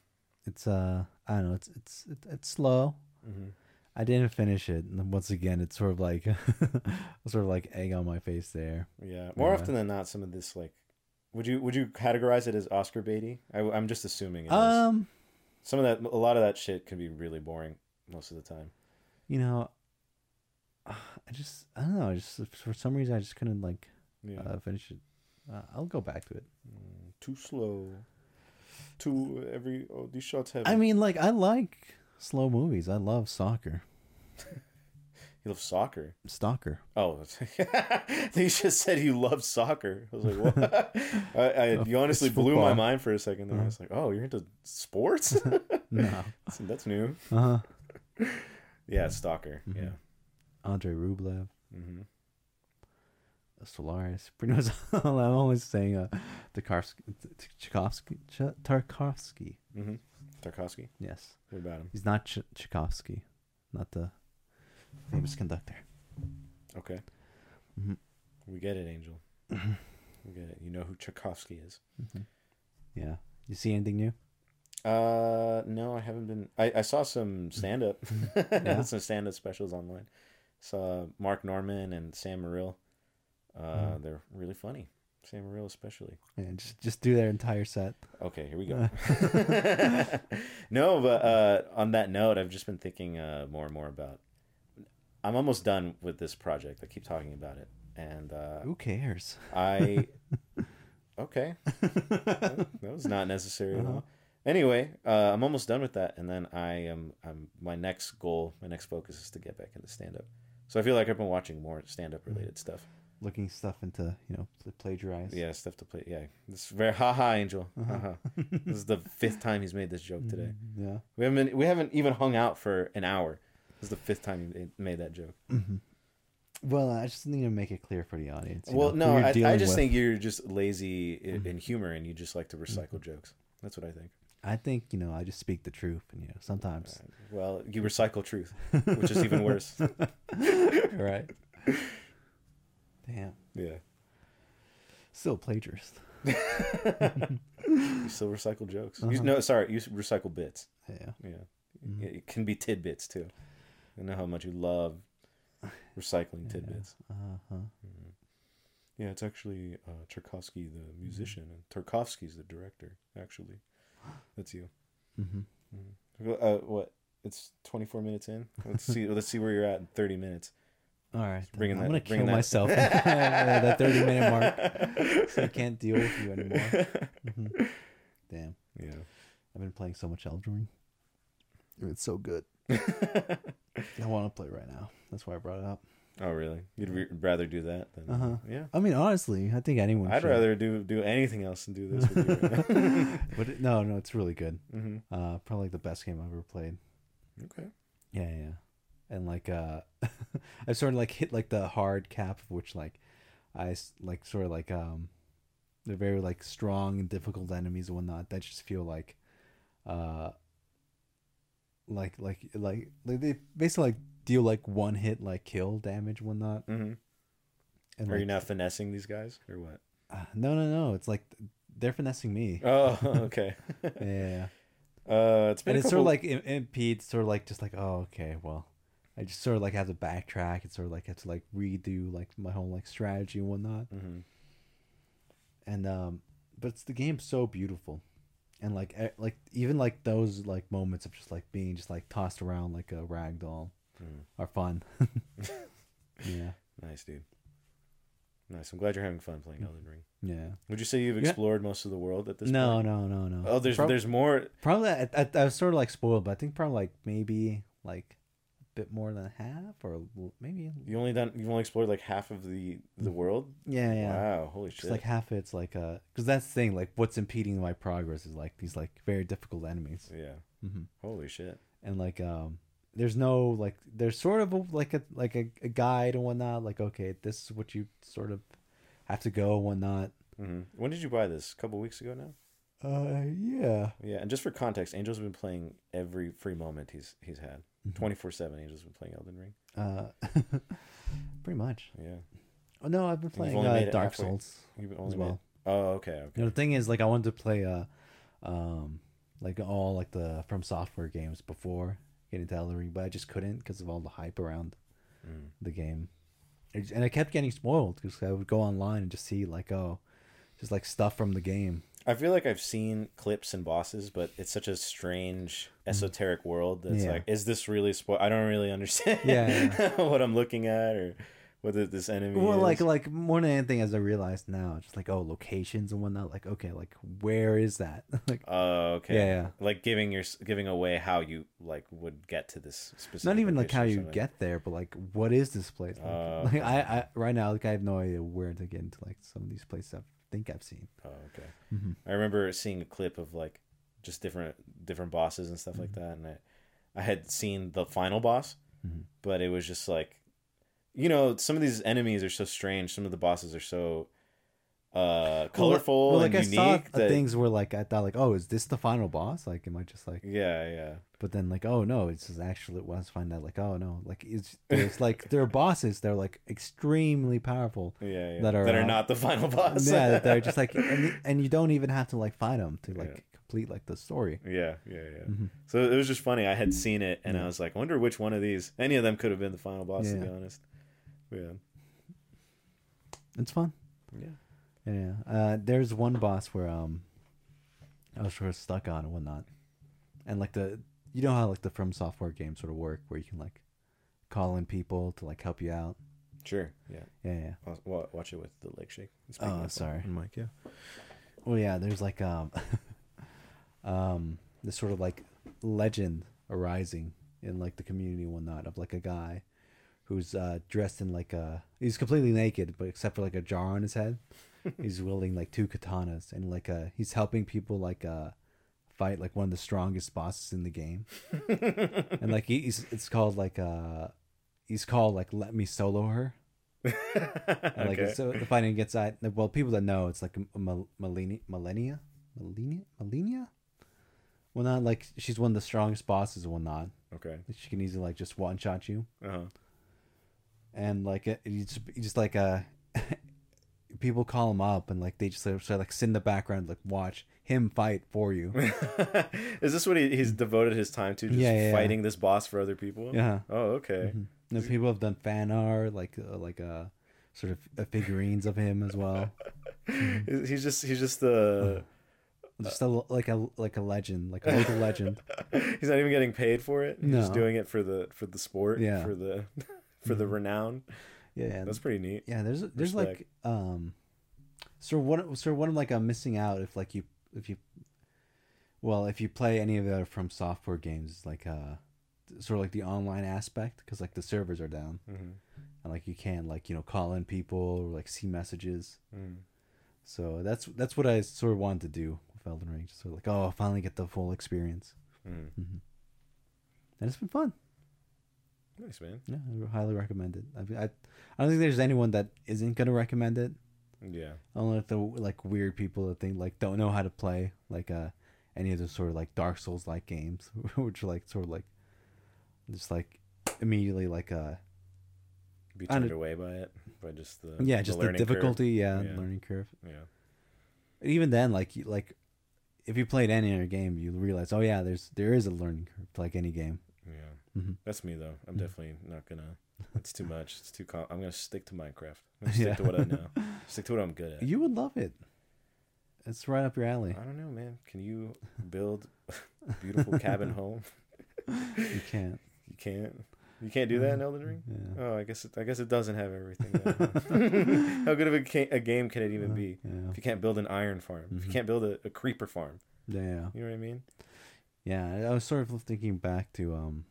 S3: it's uh I don't know it's it's it, it's slow.
S2: hmm
S3: I didn't finish it, and then once again it's sort of like (laughs) sort of like egg on my face there.
S2: Yeah. More
S3: Yeah.
S2: often than not, some of this like, would you would you categorize it as Oscar baity? I, am just assuming it is.
S3: Um,
S2: Some of that, a lot of that shit can be really boring most of the time.
S3: you know, (sighs) I just I don't know. I just for some reason I just couldn't like
S2: Yeah.
S3: uh, finish it. Uh, I'll go back to it.
S2: Mm, too slow. Too every oh these shots have.
S3: I mean, like I like slow movies. I love soccer,
S2: you love soccer.
S3: stalker.
S2: Oh, (laughs) they just said you love soccer. I was like, what?
S3: (laughs)
S2: (laughs) I, I, you honestly
S3: it's
S2: blew my
S3: football. Uh-huh.
S2: mind for a second. There, I was like, oh, you're into sports? (laughs)
S3: No,
S2: That's- That's new.
S3: uh huh.
S2: Yeah, stalker.
S3: Mm-hmm.
S2: Yeah.
S3: Andre Rublev,
S2: hmm
S3: Solaris. (laughs) Pretty much all. I'm always saying uh, Tarkovsky, Tchaikovsky, Ch- Tarkovsky.
S2: hmm Tarkovsky.
S3: Yes,
S2: What about him?
S3: he's not Ch- Tchaikovsky, not the famous conductor.
S2: Okay.
S3: Mhm.
S2: We get it, Angel.
S3: Mm-hmm.
S2: we get it. You know who Tchaikovsky is.
S3: Yeah. You see anything new?
S2: Uh, no, I haven't been. I, I saw some stand (laughs) up,
S3: Yeah.
S2: some stand up specials online. Saw Mark Norman and Sam Morril. Uh, they're really funny. Sam Morril especially.
S3: Yeah, just just do their entire set.
S2: Okay, here we go. (laughs) no, but uh, on that note, I've just been thinking uh, more and more about. I'm almost done with this project. I keep talking about it, and uh,
S3: Who cares? (laughs)
S2: I. Okay, that was not necessary
S3: Uh-huh.
S2: at all. Anyway, uh, I'm almost done with that, and then I am. I'm my next goal, my next focus is to get back into stand up. So I feel like I've been watching more stand
S3: Mm-hmm.
S2: up related stuff.
S3: Looking stuff into you know to plagiarize.
S2: Yeah, stuff to play. Yeah, this is very (laughs) ha ha Angel.
S3: Uh-huh.
S2: Ha ha. this is the fifth time he's made this joke today.
S3: Yeah.
S2: We haven't been, we haven't even hung out for an hour. This is the fifth time you made- made that joke.
S3: Mm-hmm. Well, I just need to make it clear for the audience. you
S2: well,
S3: know, who
S2: no,
S3: you're
S2: I, I
S3: dealing
S2: just
S3: with. Mm-hmm.
S2: think you're just lazy in, in humor and you just like to recycle jokes. That's what I think.
S3: I think you know. I just speak the truth, and you know, sometimes.
S2: (laughs) Well, you recycle truth, which is even worse.
S3: right. Damn.
S2: (laughs) Yeah,
S3: Still a plagiarist.
S2: you still recycle jokes. You, no, sorry, you recycle bits.
S3: Yeah.
S2: Yeah. Yeah, it can be tidbits too. I know how much you love recycling tidbits. Mm-hmm.
S3: Uh huh.
S2: Yeah, it's actually uh, Tchaikovsky, the musician, and Tarkovsky's the director. Actually, that's you.
S3: Mm-hmm.
S2: Well, Uh, what? It's 24 minutes in. Let's see. let's see where you're at in 30 minutes.
S3: All right. then.
S2: bringing
S3: I'm
S2: that-
S3: gonna
S2: bringing
S3: kill
S2: that- (laughs)
S3: myself (laughs) at that 30
S2: (laughs)
S3: minute mark, so I can't deal with you anymore. Mhm. Mm-hmm. Damn.
S2: Yeah.
S3: I've been playing so much Elden Ring. It's
S2: (laughs)
S3: so good. I want to play right now. That's why I brought it up.
S2: Oh, really? You'd re- rather do that than
S3: Uh-huh.
S2: yeah.
S3: I mean, honestly, I think anyone.
S2: Mm-hmm. I'd
S3: should.
S2: rather do do anything else than do this. With
S3: (laughs)
S2: you right now.
S3: but it, no, no, it's really good.
S2: hmm
S3: Uh, probably the best game I've ever played.
S2: Okay.
S3: Yeah, yeah. And like, uh, (laughs) I sort of like hit like the hard cap, of which like, I s- like sort of like um, they're very like strong and difficult enemies and whatnot. That just feel like, uh, like like like, like they basically like deal like one hit like kill damage and whatnot.
S2: hmm
S3: And
S2: Are
S3: like,
S2: you not finessing these guys or
S3: (laughs)
S2: what?
S3: uh, no, no, no. It's like they're finessing me.
S2: Oh, (laughs) okay.
S3: Yeah, yeah, yeah.
S2: Uh, it's been
S3: and
S2: a
S3: it's
S2: couple-
S3: sort of like im- impedes sort of like just like oh okay well i just sort of like have to backtrack and sort of like have to like redo like my whole like strategy and whatnot
S2: Mhm.
S3: and um but it's, the game's so beautiful and like e- like even like those like moments of just like being just like tossed around like a rag doll
S2: Mm.
S3: are fun (laughs) yeah
S2: nice, dude. Nice. I'm glad you're having fun playing Elden Ring.
S3: yeah
S2: Would you say you've
S3: Yeah.
S2: explored most of the world at this
S3: no
S2: point?
S3: no no no
S2: Oh, there's
S3: Prob-
S2: there's more.
S3: probably I, I, I was sort of like spoiled but i think probably like maybe like a bit more than half or l- maybe
S2: You only done you've only explored like half of the the world.
S3: yeah Mm. yeah
S2: Wow, holy shit!
S3: Just like half of it's like uh, because that's the thing. Like, what's impeding my progress is like these like very difficult enemies,
S2: yeah,
S3: mm-hmm.
S2: holy shit.
S3: and like um, there's no like there's sort of a, like a like a, a guide and whatnot. Like, okay, this is what you sort of have to go and whatnot.
S2: hmm When did you buy this? A couple weeks ago now.
S3: Uh, yeah,
S2: Yeah, and just for context, Angel's been playing every free moment he's he's had. Twenty four seven. Angel's been playing Elden Ring.
S3: uh, (laughs) pretty much.
S2: Yeah,
S3: Oh no, I've been
S2: And you've
S3: playing
S2: only made
S3: uh,
S2: it
S3: Dark
S2: halfway.
S3: Souls.
S2: you've been
S3: As
S2: only
S3: well.
S2: made- Oh, okay, okay.
S3: You know, the thing is, like, I wanted to play uh, um, like all like the from software games before getting to Elden Ring, but I just couldn't because of all the hype around
S2: Mm.
S3: the game. I just- And I kept getting spoiled because I would go online and just see like oh, just like stuff from the game.
S2: I feel like I've seen clips and bosses, but it's such a strange, esoteric world that's
S3: Mm. Yeah.
S2: like, is this really spoil? I don't really understand
S3: (laughs) Yeah,
S2: (laughs) what I'm looking at or whether this enemy.
S3: Well,
S2: is.
S3: like like more than anything, as I realized now, just like oh, locations and whatnot. Like okay, like where is that? (laughs) like
S2: Oh, okay.
S3: yeah, yeah.
S2: Like giving your giving away how you like would get to this specific.
S3: Not even like
S2: location
S3: how
S2: or
S3: you
S2: something.
S3: get there, but like what is this place? Like,
S2: Oh,
S3: like, I, I right now like I have no idea where to get into like some of these places I think I've seen.
S2: Oh, okay.
S3: Mhm.
S2: I remember seeing a clip of like just different different bosses and stuff
S3: Mm-hmm.
S2: like that, and I I had seen the final boss,
S3: Mhm.
S2: but it was just like, you know, some of these enemies are so strange. Some of the bosses are so uh colorful
S3: Well, like
S2: and
S3: I
S2: unique.
S3: saw
S2: that,
S3: things where like I thought like oh is this the final boss? Like am I just like
S2: Yeah, yeah.
S3: but then like oh no it's just actually once find out like oh no like it's there's like there are bosses they're like extremely powerful.
S2: Yeah, yeah.
S3: That are, uh,
S2: not the final boss.
S3: yeah, that they're
S2: (laughs)
S3: just like and, and you don't even have to like fight them to like
S2: Yeah.
S3: complete like the story.
S2: Yeah, yeah, yeah.
S3: Mhm.
S2: So it was just funny. I had seen it, and I
S3: Yeah.
S2: was like, I wonder which one of these, any of them, could have been the final boss. To
S3: Yeah.
S2: be honest, yeah,
S3: It's fun.
S2: yeah.
S3: Yeah. Uh, there's one boss where um, I was sort of stuck on and whatnot, and like the you know how like the From Software games sort of work where you can like call in people to like help you out.
S2: Sure, yeah.
S3: Yeah, yeah.
S2: I'll- wa- watch it with the leg shake. Speak
S3: Oh,
S2: my-
S3: sorry.
S2: Mike,
S3: (laughs)
S2: yeah.
S3: Well, yeah. There's like um, (laughs) um, this sort of like legend arising in like the community and whatnot of like a guy who's uh dressed in like a he's completely naked but except for like a jar on his head he's wielding like two katanas and like uh he's helping people like uh fight like one of the strongest bosses in the game and like he- he's it's called like uh he's called like let me solo her and like
S2: Okay.
S3: so the fighting gets at well people that know it's like a mil- millennia millennia millennia millennia well not like she's one of the strongest bosses and whatnot
S2: Okay.
S3: she can easily like just one shot you
S2: Uh-huh. (laughs)
S3: and like it, you just you just like uh (laughs) people call him up and like they just sort of like sit in the background like watch him fight for you
S2: Is this what he, he's devoted his time to? Just
S3: Yeah, yeah, yeah.
S2: fighting this boss for other people?
S3: yeah
S2: Oh, okay.
S3: no people have done fan art like uh, like uh sort of uh, figurines of him
S2: (laughs)
S3: as well Mm-hmm.
S2: He's- He's just he's just
S3: (laughs)
S2: the
S3: just a, like a like a legend like a
S2: (laughs)
S3: local legend
S2: he's not even getting paid for it. He's just
S3: No.
S2: doing it for the for the sport.
S3: Yeah.
S2: For the (laughs) for the renown.
S3: yeah and-
S2: That's pretty neat.
S3: yeah there's there's like
S2: Respect.
S3: um sort of what sort of what i'm like i'm missing out if like you if you Well, if you play any of the other from software games, like uh, sort of like the online aspect, because like the servers are down,
S2: Mm-hmm.
S3: and like you can like you know call in people or like see messages.
S2: Mm-hmm.
S3: So that's that's what I sort of wanted to do with Elden Ring. Just sort of like, oh, I'll finally get the full experience,
S2: Mm-hmm.
S3: and it's been fun.
S2: Nice man.
S3: Yeah, I highly recommend it. I, I, I don't think there's anyone that isn't gonna recommend it.
S2: Yeah.
S3: Only like the like weird people that think like don't know how to play like uh any of those sort of like Dark Souls like games, (laughs) which are like sort of like just like immediately like uh
S2: Be
S3: I
S2: turned
S3: don't-
S2: away by it, by just Uh, the
S3: yeah just the,
S2: learning curve.
S3: difficulty yeah,
S2: Yeah.
S3: learning curve.
S2: Yeah.
S3: Even then like you- like if you played any other game, you realize oh yeah there's there is a learning curve to, like any game.
S2: Yeah.
S3: Mhm.
S2: That's me though. I'm definitely not gonna. It's
S3: (laughs)
S2: too much. It's too. Com- I'm gonna stick to Minecraft. I'm gonna stick
S3: Yeah.
S2: to what I know. stick to what I'm good at.
S3: You would love it. It's right up your alley.
S2: I don't know, man. Can you build a beautiful
S3: (laughs)
S2: cabin home?
S3: You can't.
S2: You can't. You can't do that in Elden Ring.
S3: Yeah.
S2: Oh, I guess it, I guess it doesn't have everything. then,
S3: (laughs)
S2: huh? How good of a, ca- a game can it even be
S3: Yeah.
S2: if you can't build an iron farm? If you
S3: Mhm.
S2: can't build a, a creeper farm,
S3: Yeah.
S2: you know what I mean?
S3: Yeah, I- I was sort of thinking back to um,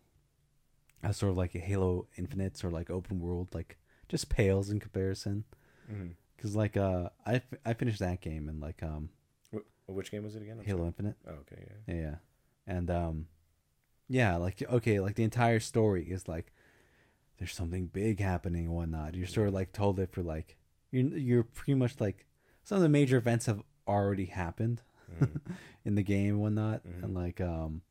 S3: how sort of like Halo Infinite's or like open world like just pales in comparison.
S2: Mhm.
S3: Cause like uh, I, f- I finished that game and like um
S2: Wh- Which game was it again? I'm
S3: Halo Infinite,
S2: sorry. Oh, okay, yeah.
S3: yeah, yeah, and um, yeah, like okay, like the entire story is like there's something big happening and whatnot. You're sort of like told it for like you're you're pretty much like some of the major events have already happened (laughs)
S2: Mhm.
S3: in the game and whatnot,
S2: Mhm.
S3: and like um,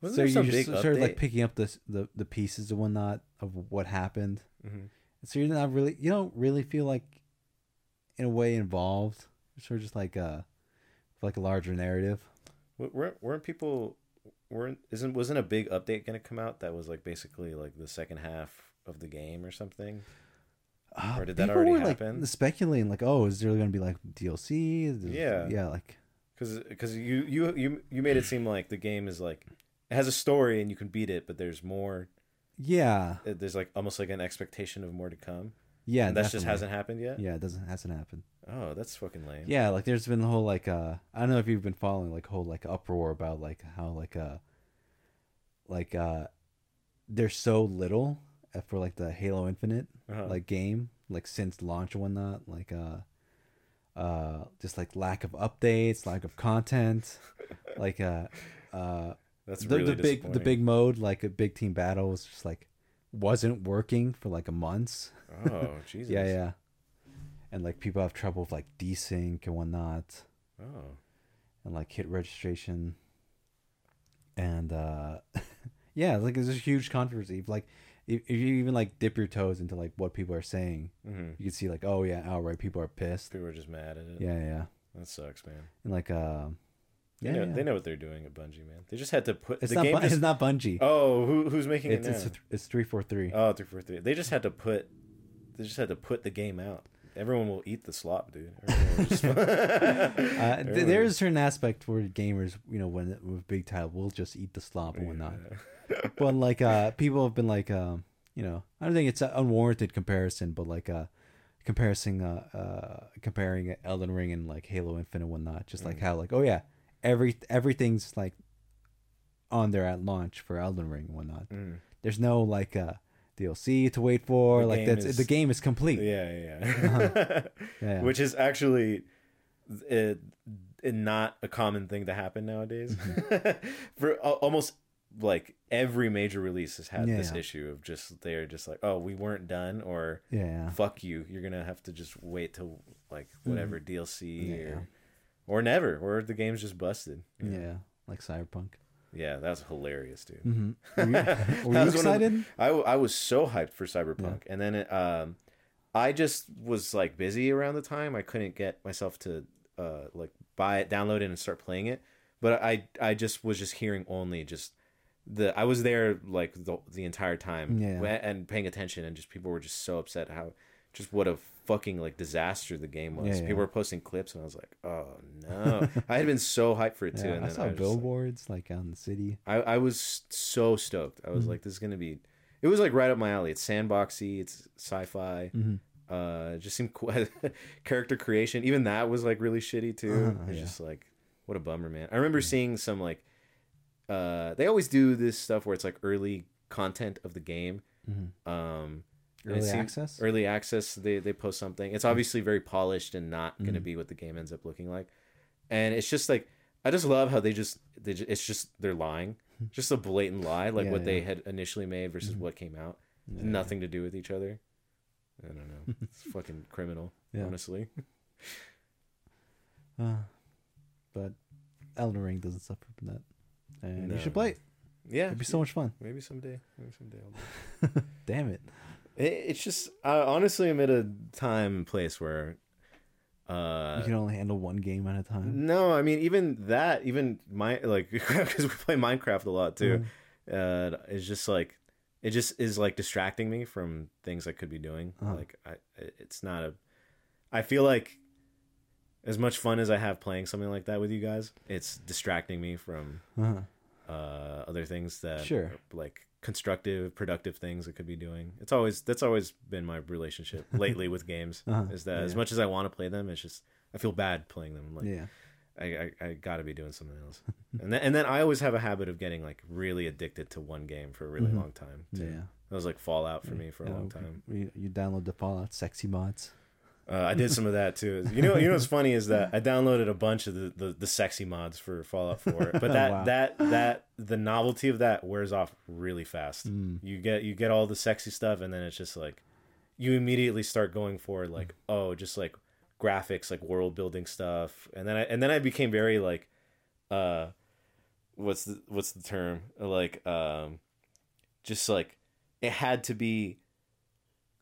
S2: Wasn't
S3: so
S2: there
S3: you're
S2: some
S3: just
S2: big
S3: sort of like
S2: update?
S3: picking up this, the the pieces and whatnot of what happened.
S2: Mhm.
S3: So you're not really you don't really feel like in a way involved. You're sort of just like a like a larger narrative.
S2: W- weren't weren't people weren't isn't wasn't a big update going to come out that was like basically like the second half of the game or something?
S3: Uh,
S2: Or did that
S3: people
S2: already
S3: were, like,
S2: happen?
S3: speculating like, oh, is there going to be like DLC? Is there-
S2: Yeah.
S3: yeah, like
S2: Because you you you you made it seem like the game is like it has a story and you can beat it, but there's more.
S3: yeah,
S2: uh, There's like almost like an expectation of more to come.
S3: yeah.
S2: And that just
S3: definitely.
S2: hasn't happened yet.
S3: Yeah, it doesn't hasn't happened.
S2: Oh, that's fucking lame.
S3: Yeah, like there's been the whole like uh I don't know if you've been following like whole like uproar about like how like uh like uh there's so little for like the Halo Infinite
S2: Uh-huh.
S3: like game like since launch and whatnot like uh uh just like lack of updates lack of
S2: (laughs)
S3: content like uh uh
S2: that's
S3: the,
S2: really
S3: the big the big mode like a big team battle was just like wasn't working for like a month
S2: disappointing. Oh Jesus.
S3: (laughs) yeah yeah and like people have trouble with like desync and whatnot
S2: Oh.
S3: and like hit registration and uh (laughs) yeah like there's a huge controversy like if, if you even like dip your toes into like what people are saying
S2: Mm-hmm.
S3: you can see like oh yeah outright people are pissed
S2: People are just mad at it.
S3: yeah yeah
S2: That sucks, man.
S3: and like uh
S2: They
S3: yeah,
S2: know,
S3: yeah.
S2: They know what they're doing at Bungie, man. They just had to put
S3: it's
S2: the
S3: not
S2: game.
S3: Bun-
S2: just-
S3: it's not Bungie
S2: oh, who who's making
S3: it's
S2: it now?
S3: it's a th- it's three four three
S2: Oh, three four three. They just had to put. They just had to put the game out. Everyone will eat the slop, dude. Everyone will
S3: (laughs)
S2: just- (laughs)
S3: uh, th-
S2: Everyone-
S3: there is a certain aspect where gamers, you know, when with big title, will just eat the slop and whatnot. but like uh people have been like um you know i don't think it's an unwarranted comparison but like uh comparing uh, uh comparing elden ring and like halo infinite and whatnot just
S2: Mm.
S3: like how like oh yeah every everything's like on there at launch for elden ring and whatnot
S2: Mm.
S3: there's no like uh dlc to wait for
S2: The
S3: like
S2: game
S3: that's
S2: is-
S3: the game is complete yeah,
S2: Yeah, yeah.
S3: (laughs)
S2: (laughs) yeah.
S3: Uh-huh. yeah.
S2: Which is actually uh, uh, not a common thing to happen nowadays.
S3: Mm-hmm.
S2: (laughs) For al- almost like every major release has had this
S3: Yeah.
S2: issue of just they're just like, oh, we weren't done, or
S3: yeah
S2: fuck you, you're gonna have to just wait till like whatever DLC
S3: Mm-hmm. Yeah.
S2: or or never, or the game's just busted.
S3: yeah like
S2: (laughs)
S3: cyberpunk
S2: Yeah, that was hilarious, dude.
S3: hmm were you, were
S2: That was
S3: you
S2: one of the-
S3: excited
S2: I, w- I was so hyped for Cyberpunk, and then it, um, I just was like busy around the time. I couldn't get myself to uh like buy it, download it, and start playing it. But I I just was just hearing only just the I was there like the the entire time
S3: Yeah.
S2: wa- and paying attention, and just people were just so upset how just what a fucking like disaster the game was.
S3: Yeah, yeah.
S2: People were posting clips, and I was like, oh
S3: (laughs)
S2: no, I had been so hyped for it too.
S3: yeah,
S2: and
S3: i
S2: then
S3: saw
S2: was just like-
S3: billboards like, out in the city
S2: I, I was so stoked. I was
S3: Mm-hmm.
S2: like, this is gonna be. It was like right up my alley. It's sandboxy. It's sci-fi. (laughs) Uh, it just seemed cool. character creation. Even that was like really shitty too.
S3: Uh-huh,
S2: it's
S3: yeah. Mm-hmm.
S2: just like, What a bummer, man. I remember seeing some like uh they always do this stuff where it's like early content of the game. Um and it
S3: Mm-hmm. Early
S2: seems-
S3: access?
S2: Early access, they they post something. It's obviously very polished and not going to be what the game ends up looking like. And it's just like I just love how they just they ju- it's just they're (laughs) lying. Just a blatant lie, like
S3: Yeah,
S2: what they
S3: yeah.
S2: had initially made versus what came out. Nothing to do with each other. I don't (laughs) know. It's fucking criminal,
S3: Yeah.
S2: (laughs) honestly.
S3: Uh, but Elden Ring doesn't suffer from that. And you
S2: No.
S3: should play it.
S2: Yeah.
S3: It'd be so much fun.
S2: Maybe someday. Maybe someday. I'll do it.
S3: Damn it.
S2: It- It's just I honestly am at a time and place where,
S3: You
S2: uh,
S3: can only handle one game at a time.
S2: no, I mean even that, even my like (laughs) because we play Minecraft a lot too.
S3: Mm.
S2: Uh, it's just like it just is like distracting me from things I could be doing.
S3: Uh-huh.
S2: Like I, it's not a. I feel like as much fun as I have playing something like that with you guys, it's distracting me from
S3: (laughs) Uh-huh.
S2: uh, other things that
S3: Sure.
S2: are, like constructive, productive things I could be doing. It's always that's always been my
S3: (laughs)
S2: relationship lately with games.
S3: Uh-huh.
S2: Is that
S3: Yeah,
S2: as
S3: yeah.
S2: much as I want to play them, it's just I feel bad playing them. Like
S3: Yeah.
S2: I, I, I got to be doing something else. (laughs) and then and then I always have a habit of getting like really addicted to one game for a really
S3: Mhm.
S2: long time. Too.
S3: Yeah.
S2: That was like Fallout for me for a
S3: Yeah,
S2: long
S3: okay.
S2: time.
S3: You, you download the Fallout sexy mods.
S2: Uh, I did some of that too. You know, you know what's funny is that I downloaded a bunch of the, the, the sexy mods for Fallout 4, but that
S3: Wow.
S2: that that the novelty of that wears off really fast. You get you get all the sexy stuff, and then it's just like you immediately start going for like oh, just like graphics, like world building stuff, and then I and then I became very like, uh, what's the what's the term like um, just like it had to be.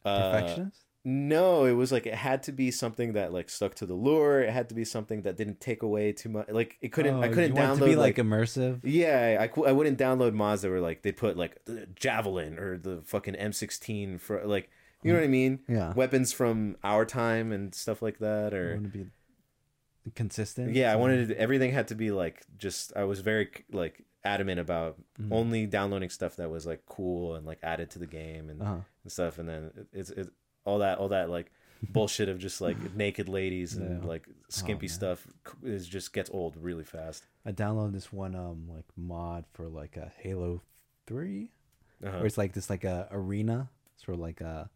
S2: Uh,
S3: Perfectionist?
S2: no, it was like it had to be something that like stuck to the lure. It had to be something that didn't take away too much. Like it couldn't. I
S3: Oh,
S2: couldn't
S3: you
S2: download
S3: want it to be like,
S2: like,
S3: immersive.
S2: yeah, I, cou- I wouldn't download mods that were like they put like the javelin or the fucking M sixteen for like you know what I mean.
S3: Yeah.
S2: Weapons from our time and stuff like that,
S3: You
S2: or
S3: want to be consistent. Uh-huh.
S2: yeah, I
S3: so-
S2: wanted to, everything had to be like just. I was very like adamant about
S3: Mhm.
S2: only downloading stuff that was like cool and like added to the game and
S3: Uh-huh.
S2: and stuff and then it- it's it, all that all that
S3: (laughs)
S2: like bullshit of just like naked ladies and
S3: Yeah. Oh,
S2: like skimpy
S3: man.
S2: stuff c- is just gets old really fast
S3: I downloaded this one um like mod for like a Halo 3
S2: uh-huh.
S3: where it's like this like a arena sort of like a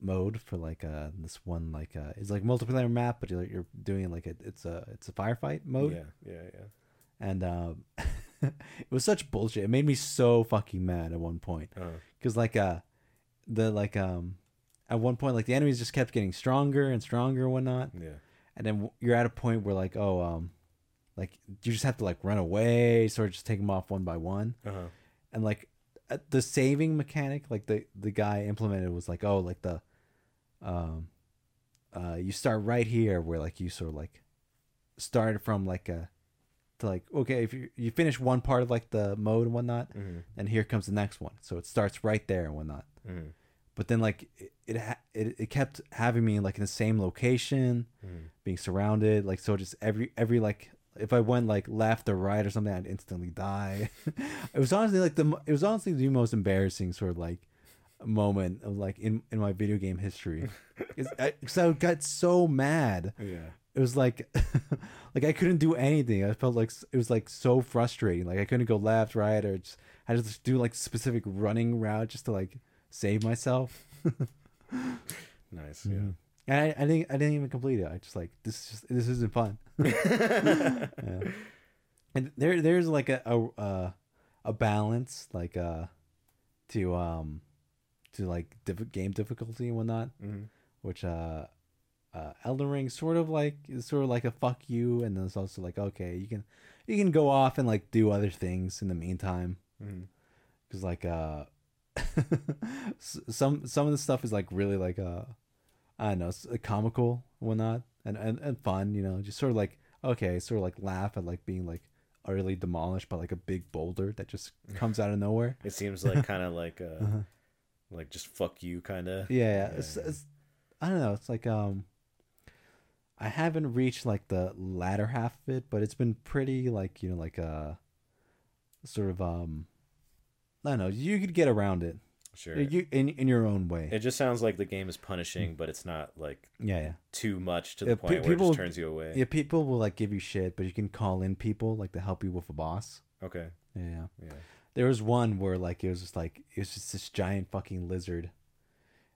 S3: mode for like uh this one like uh it's like multiplayer map but you're you're doing like a, it's a it's a firefight mode
S2: yeah yeah yeah
S3: and um (laughs) it was such bullshit it made me so fucking mad at one point
S2: uh-huh.
S3: because like uh the like um at one point like the enemies just kept getting stronger and stronger and whatnot
S2: yeah
S3: and then w- you're at a point where like oh um like you just have to like run away sort of just take them off one by one
S2: uh-huh
S3: and like uh, the saving mechanic like the the guy implemented was like oh like the um uh you start right here where like you sort of like start from like a to like okay if you you finish one part of like the mode and whatnot
S2: Mhm.
S3: and here comes the next one so it starts right there and whatnot
S2: Mhm.
S3: but then like it it, ha- it it kept having me like in the same location
S2: Mhm.
S3: being surrounded like so just every every like if i went like left or right or something i'd instantly die (laughs) it was honestly like the mo- it was honestly the most embarrassing sort of like moment of like in in my video game history because I, 'cause I got so mad
S2: yeah
S3: it was like (laughs) like i couldn't do anything i felt like s- it was like so frustrating like i couldn't go left right or just i had to just do like specific running route just to like save myself
S2: nice
S3: and I, I didn't I didn't even complete it. I just like this is just this isn't fun. (laughs)
S2: (laughs)
S3: Yeah. And there there's like a a uh, a balance like uh to um to like diff- game difficulty and whatnot,
S2: yeah Mhm.
S3: which uh, uh Elden Ring sort of like is sort of like a fuck you, and then it's also like okay you can you can go off and like do other things in the meantime
S2: Mhm.
S3: because like uh (laughs) s- some some of the stuff is like really like uh i don't know s- uh, comical and whatnot and, and and fun you know just sort of like okay sort of like laugh at like being like utterly demolished by like a big boulder that (laughs) just comes out of nowhere
S2: it seems
S3: (laughs)
S2: like kind of like uh like just fuck you kind of
S3: Uh-huh. yeah, yeah. It's, it's, i don't know it's like um i haven't reached like the latter half of it but it's been pretty like you know like uh sort of um i don't know you could get around it
S2: Sure.
S3: You in in your own way.
S2: it just sounds like the game is punishing, but it's not like
S3: yeah, yeah.
S2: too much to
S3: Yeah,
S2: the
S3: pe-
S2: point where it
S3: people-
S2: just turns you away.
S3: Yeah, people will like give you shit, but you can call in people like to help you with a boss.
S2: Okay.
S3: Yeah.
S2: Yeah.
S3: There was one where like it was just like it was just this giant fucking lizard,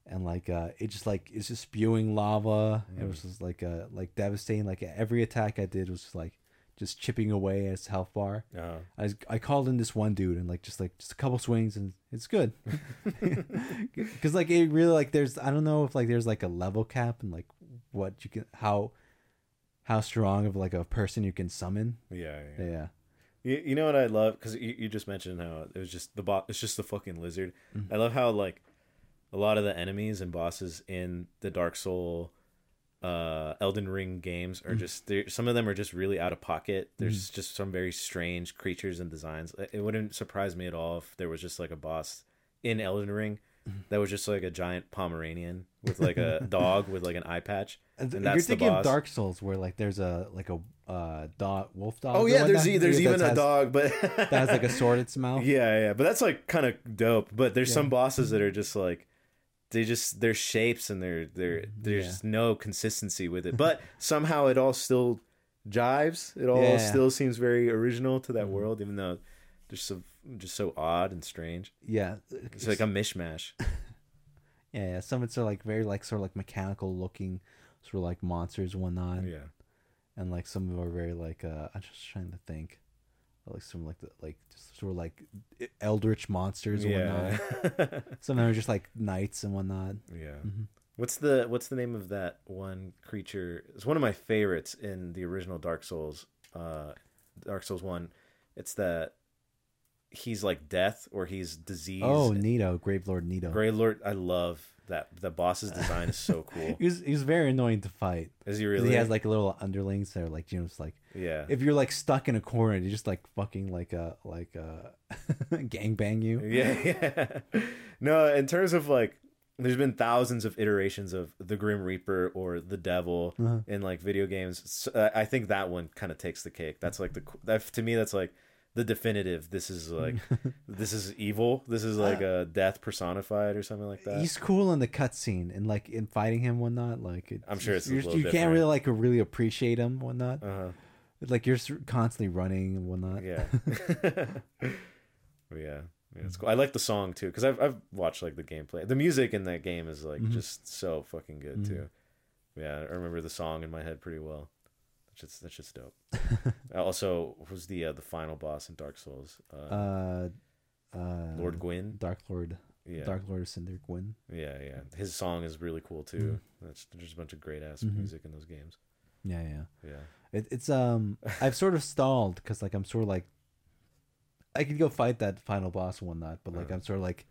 S3: and like uh it just like it's just spewing lava. It was just like uh like devastating. Like every attack I did was just like just chipping away at its health bar.
S2: Uh,
S3: I was, I called in this one dude and like just like just a couple swings and
S2: (laughs)
S3: it's good, because like it really like there's I don't know if like there's like a level cap and like what you can how how strong of like a person you can summon.
S2: yeah. Yeah.
S3: Yeah.
S2: You, you know what I love because you, you just mentioned how it was just the boss. It's just the fucking lizard. I love how like a lot of the enemies and bosses in the Dark Soul, uh, Elden Ring games are just they're Some of them are just really out of pocket. There's just some very strange creatures and designs. It- It wouldn't surprise me at all if there was just like a boss in Elden Ring that was just like a giant Pomeranian with like a dog with like an eye patch.
S3: And
S2: And
S3: th-
S2: that's
S3: You're
S2: the
S3: thinking of
S2: boss.
S3: Dark Souls, where like there's a like a uh, dog, wolf dog.
S2: Oh
S3: or
S2: yeah, there's
S3: whatnot,
S2: e- there's
S3: yeah, that
S2: even a
S3: has-
S2: dog, but
S3: that has
S2: (laughs)
S3: like a sword in its mouth.
S2: Yeah, yeah, but that's like kind of dope. But there's some bosses that are just like they just their shapes and their their there's
S3: Yeah.
S2: just no consistency with it.
S3: (laughs)
S2: But somehow it all still jives. It all
S3: Yeah. Mm-hmm.
S2: still seems very original to that world, even though there's so just so odd and strange.
S3: Yeah,
S2: It's like a
S3: (laughs)
S2: mishmash.
S3: yeah, yeah. Some of it's are like very like sort of like mechanical looking, sort of like monsters and whatnot,
S2: yeah,
S3: and like some of them are very like uh, I'm just trying to think, like some like the, like just sort of like e, eldritch monsters and
S2: yeah, (laughs)
S3: whatnot. (laughs) Some of them are just like knights and whatnot.
S2: yeah.
S3: Mm-hmm.
S2: What's the what's the name of that one creature? It's one of my favorites in the original Dark Souls, uh, Dark Souls one. It's that he's like death or he's disease.
S3: oh, Nito, Grave Lord Nito.
S2: Grey Lord, I love that. The boss's design is so
S3: (laughs)
S2: cool.
S3: He was he was very annoying to fight.
S2: Is he
S3: 'Cause
S2: really?
S3: He has like little underlings that are like you know just like
S2: yeah,
S3: if you're like stuck in a corner and you just like fucking like uh like uh (laughs) gangbang you
S2: yeah, yeah. no, in terms of like, there's been thousands of iterations of the Grim Reaper or the Devil in like video games. So, uh, I think that one kind of takes the cake. That's like the that, to me that's like the definitive. This is like this is evil. This is like a death personified or something like that.
S3: he's cool in the cutscene and like in fighting him and whatnot like it,
S2: I'm sure it's a
S3: you
S2: little
S3: you can't
S2: different.
S3: really like really appreciate him and whatnot
S2: Uh huh.
S3: like you're s- constantly running and whatnot
S2: Yeah. (laughs) But yeah. Yeah, it's cool. I like the song too because I've I've watched like the gameplay. The music in that game is like just so fucking good too. Yeah, I remember the song in my head pretty well. That's just that's just dope. Uh, also, who's the uh, the final boss in Dark Souls? Uh,
S3: uh uh
S2: Lord Gwyn.
S3: dark lord
S2: Yeah,
S3: dark lord of cinder gwyn
S2: yeah, yeah. His song is really cool too. That's there's just a bunch of great ass music in those games.
S3: yeah yeah
S2: Yeah,
S3: it, it's
S2: (laughs)
S3: um i've sort of stalled because like i'm sort of like i could go fight that final boss and whatnot but
S2: Uh-huh.
S3: like i'm sort of like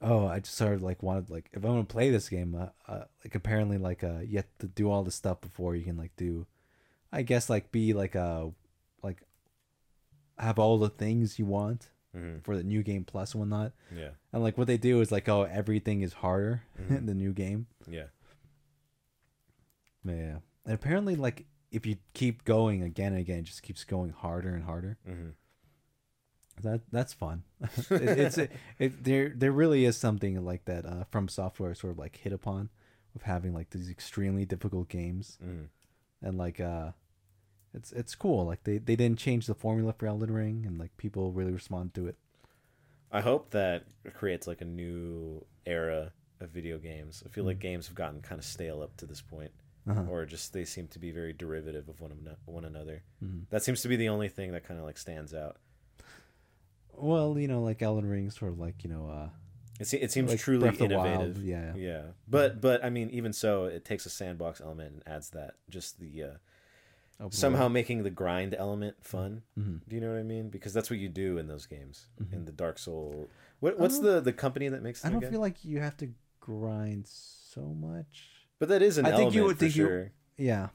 S3: oh i just sort of like wanted like if i'm gonna play this game uh, uh, like apparently like uh you have to do all this stuff before you can like do i guess like be like a like have all the things you want
S2: Mhm.
S3: for the new game plus and whatnot
S2: yeah,
S3: and like what they do is like oh everything is harder
S2: Mm-hmm.
S3: (laughs) in the new game
S2: yeah.
S3: yeah and apparently like if you keep going again and again it just keeps going harder and harder
S2: hmm
S3: That that's fun. (laughs) it, it's it, it, there there really is something like that uh, from software sort of like hit upon with having like these extremely difficult games
S2: Mm.
S3: and like uh it's it's cool like they they didn't change the formula for Elden Ring and like people really respond to it. (laughs)
S2: I hope that creates like a new era of video games. I feel
S3: Mm.
S2: like games have gotten kind of stale up to this point, or just they seem to be very derivative of one ano- one another.
S3: Mm-hmm.
S2: That seems to be the only thing that kind of like stands out.
S3: Well, you know, like Elden Ring sort of like, you know, uh
S2: It, se- it seems
S3: Like
S2: truly
S3: Breath of the
S2: innovative.
S3: Wild, yeah.
S2: yeah. But but I mean, even so, it takes a sandbox element and adds that just the uh,
S3: open
S2: somehow
S3: world. Mm-hmm.
S2: making the grind element fun. Do you know what I mean? Because that's what you do in those games. In the Dark Soul, what, what's the the company that makes
S3: Um, I
S2: them
S3: don't
S2: again?
S3: feel like you have to grind so much.
S2: but that is an
S3: I think you
S2: element
S3: would
S2: for
S3: think you-
S2: sure.
S3: Yeah.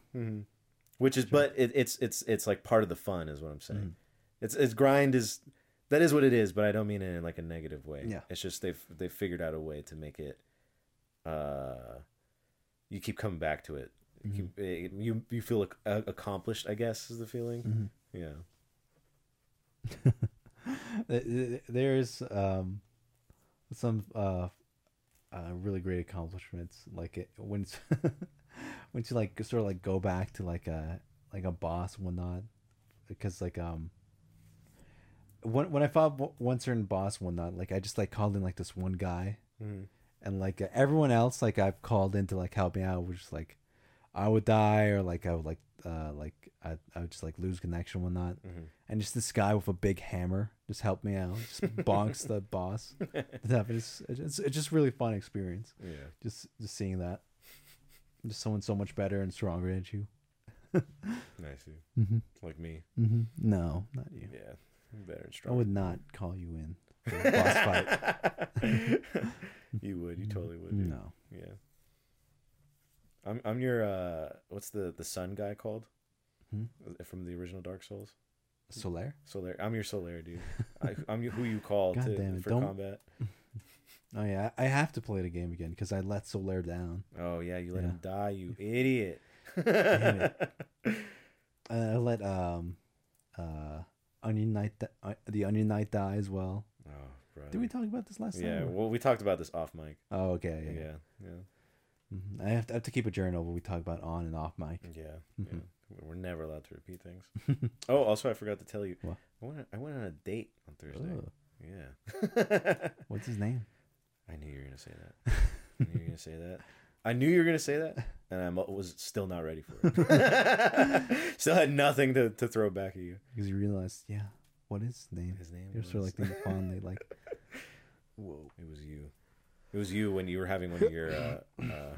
S2: which is but it, it's it's it's like part of the fun is what i'm
S3: Mm-hmm.
S2: saying it's it's grind is that is what it is but i don't mean it in like a negative way
S3: Yeah.
S2: it's just they've they've figured out a way to make it uh you keep coming back to it you keep-
S3: Mm-hmm.
S2: it- you, you feel ac- uh, accomplished i guess is the feeling
S3: Mm-hmm.
S2: yeah
S3: (laughs) Th- th- there's um some uh, uh really great accomplishments like it when it's (laughs) once you like sort of like go back to like a like a boss and whatnot because like um when when I fought w- one certain boss and whatnot like I just like called in like this one guy
S2: Mhm.
S3: and like uh, everyone else like I've called in to like help me out was just like I would die or like I would like uh like I I would just like lose connection and whatnot
S2: Mhm.
S3: and just this guy with a big hammer just helped me out just
S2: (laughs)
S3: bonks the boss That was- it's it's just really fun experience
S2: Yeah.
S3: just just seeing that just someone so much better and stronger at you
S2: Nice. dude.
S3: mm-hmm.
S2: Like me.
S3: Mm-hmm. no not you
S2: Yeah. Better and
S3: I
S2: stronger.
S3: would not call you in for a (laughs) boss fight
S2: (laughs) you would. You totally would. dude.
S3: no
S2: Yeah. I'm I'm your uh what's the the sun guy called? Uh,
S3: Hmm?
S2: From the original Dark Souls?
S3: Solaire
S2: Solaire. I'm your Solaire dude.
S3: (laughs)
S2: I, I'm who you call
S3: God
S2: to,
S3: damn it,
S2: for
S3: don't-
S2: combat.
S3: oh yeah I I have to play the game again because I let Solaire down
S2: Oh yeah, you let
S3: Yeah.
S2: him die, you idiot.
S3: uh, I let um uh Onion Knight th- uh, the Onion Knight die as well
S2: (laughs) Oh, bro.
S3: did we talk about this last
S2: yeah,
S3: time or-
S2: well we talked about this off mic.
S3: oh okay yeah,
S2: Yeah,
S3: yeah.
S2: yeah. Yeah.
S3: Mhm. I have to, I have to keep a journal when we talk about on and off mic.
S2: Yeah.
S3: Mhm.
S2: We're never allowed to repeat things.
S3: (laughs)
S2: oh, also I forgot to tell you.
S3: What? Oh.
S2: I went I went on a date on Thursday.
S3: Ugh.
S2: Yeah.
S3: what's his name?
S2: I knew you were gonna say that. I knew you were gonna say that. I knew you were gonna say that, and I was still not ready for it. (laughs) still had nothing to, to throw back at you.
S3: Because you realized, yeah, what is his name?
S2: His name
S3: You're
S2: was
S3: sort of like thinking fondly,
S2: (laughs)
S3: like,
S2: whoa. It was you. It was you when you were having one of your. Uh, uh,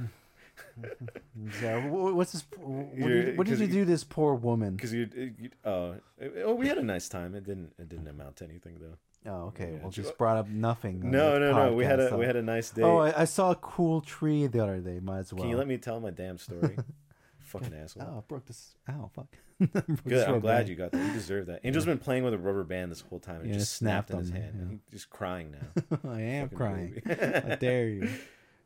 S3: yeah, wh- wh- what's this? wh- What
S2: You're-
S3: did, what did
S2: 'cause
S3: you
S2: you-
S3: do this poor woman?
S2: Cause you, you oh, oh, we had a nice time. It didn't, it didn't amount to anything though.
S3: Oh, okay.
S2: yeah,
S3: well,
S2: ju-
S3: just brought up nothing. on
S2: No,
S3: this
S2: no, no. We had
S3: podcast,
S2: a,
S3: so-
S2: we had a nice date.
S3: Oh, I, I saw a cool tree the other day. Might as well.
S2: Can you let me tell my damn
S3: (laughs)
S2: story? Fucking asshole.
S3: Oh, I broke this. Ow, fuck. (laughs) Broke this
S2: Good. I'm
S3: rubber
S2: glad
S3: band.
S2: you got that. You deserve that. Angel's been playing with a rubber band this whole time. and
S3: Yeah,
S2: it
S3: it
S2: just snapped,
S3: snapped
S2: in his
S3: on me,
S2: hand.
S3: yeah.
S2: He's just crying now.
S3: (laughs) I am
S2: Fucking
S3: crying.
S2: baby.
S3: (laughs)
S2: (laughs)
S3: How dare you?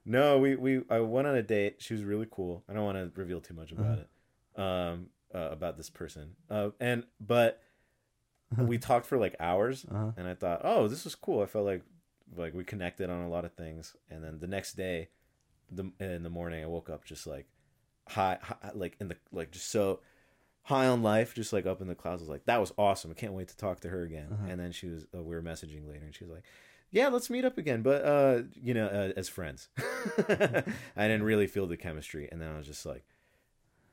S2: no, we we I went on a date. She was really cool. I don't want to reveal too much
S3: Uh-huh.
S2: about it. Um, uh, about this person. Uh, and but we talked for like hours,
S3: Uh-huh.
S2: and I thought, oh, this was cool. I felt like like we connected on a lot of things. And then the next day, the in the morning, I woke up just like high, high like in the like just so high on life, just like up in the clouds. I was like, that was awesome. I can't wait to talk to her again.
S3: Uh-huh.
S2: And then she was, uh, we were messaging later, and she was like, yeah, let's meet up again, but uh, you know, uh, as friends. (laughs) I didn't really feel the chemistry, and then I was just like,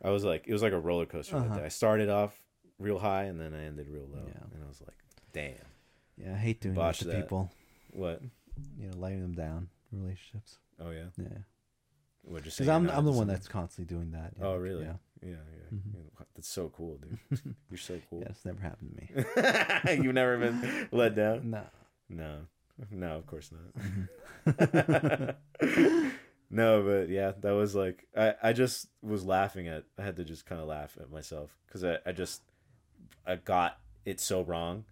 S2: I was like, it was like a roller coaster
S3: Uh-huh.
S2: that day. I started off real high, and then I ended real low,
S3: Yeah.
S2: and I was like, damn,
S3: Yeah, I hate doing
S2: Botch
S3: this to
S2: that.
S3: people.
S2: what?
S3: You know, letting them down. in Relationships.
S2: Oh yeah,
S3: Yeah.
S2: what? Just
S3: Because
S2: saying
S3: I'm,
S2: hi
S3: I'm
S2: to
S3: the one
S2: someone?
S3: that's constantly doing that. yeah,
S2: Oh really?
S3: Yeah.
S2: Yeah, yeah.
S3: Mhm.
S2: Yeah, That's so cool,
S3: (laughs)
S2: dude. You're so cool.
S3: Yeah, it's never happened to
S2: (laughs)
S3: me.
S2: You've never been let down.
S3: No.
S2: No, no, of course not. (laughs) no, but yeah, that was like I, I just was laughing at. I had to just kind of laugh at myself because I, I just I got it so wrong.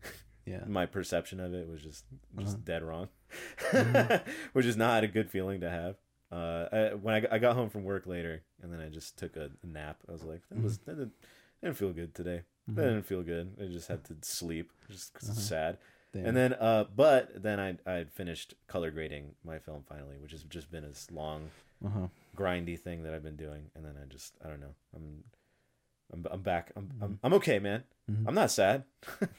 S3: Yeah.
S2: My perception of it was just just
S3: Uh-huh. Mm-hmm.
S2: dead wrong, (laughs) which is not a good feeling to have. Uh, I, when I, got- I got home from work later, and then I just took a nap. I was like, that was
S3: Mm-hmm.
S2: that didn't, that didn't feel good today. That didn't feel good. I just had to sleep, just 'cause
S3: Uh-huh.
S2: it's sad.
S3: Mm-hmm.
S2: And then, uh, but then I I had finished color grading my film finally, which has just been this long,
S3: uh-huh.
S2: grindy thing that I've been doing. And then I just I don't know. I'm I'm, I'm back. I'm, I'm
S3: Mm-hmm.
S2: I'm okay, man.
S3: Mhm.
S2: I'm not
S3: (laughs)
S2: sad.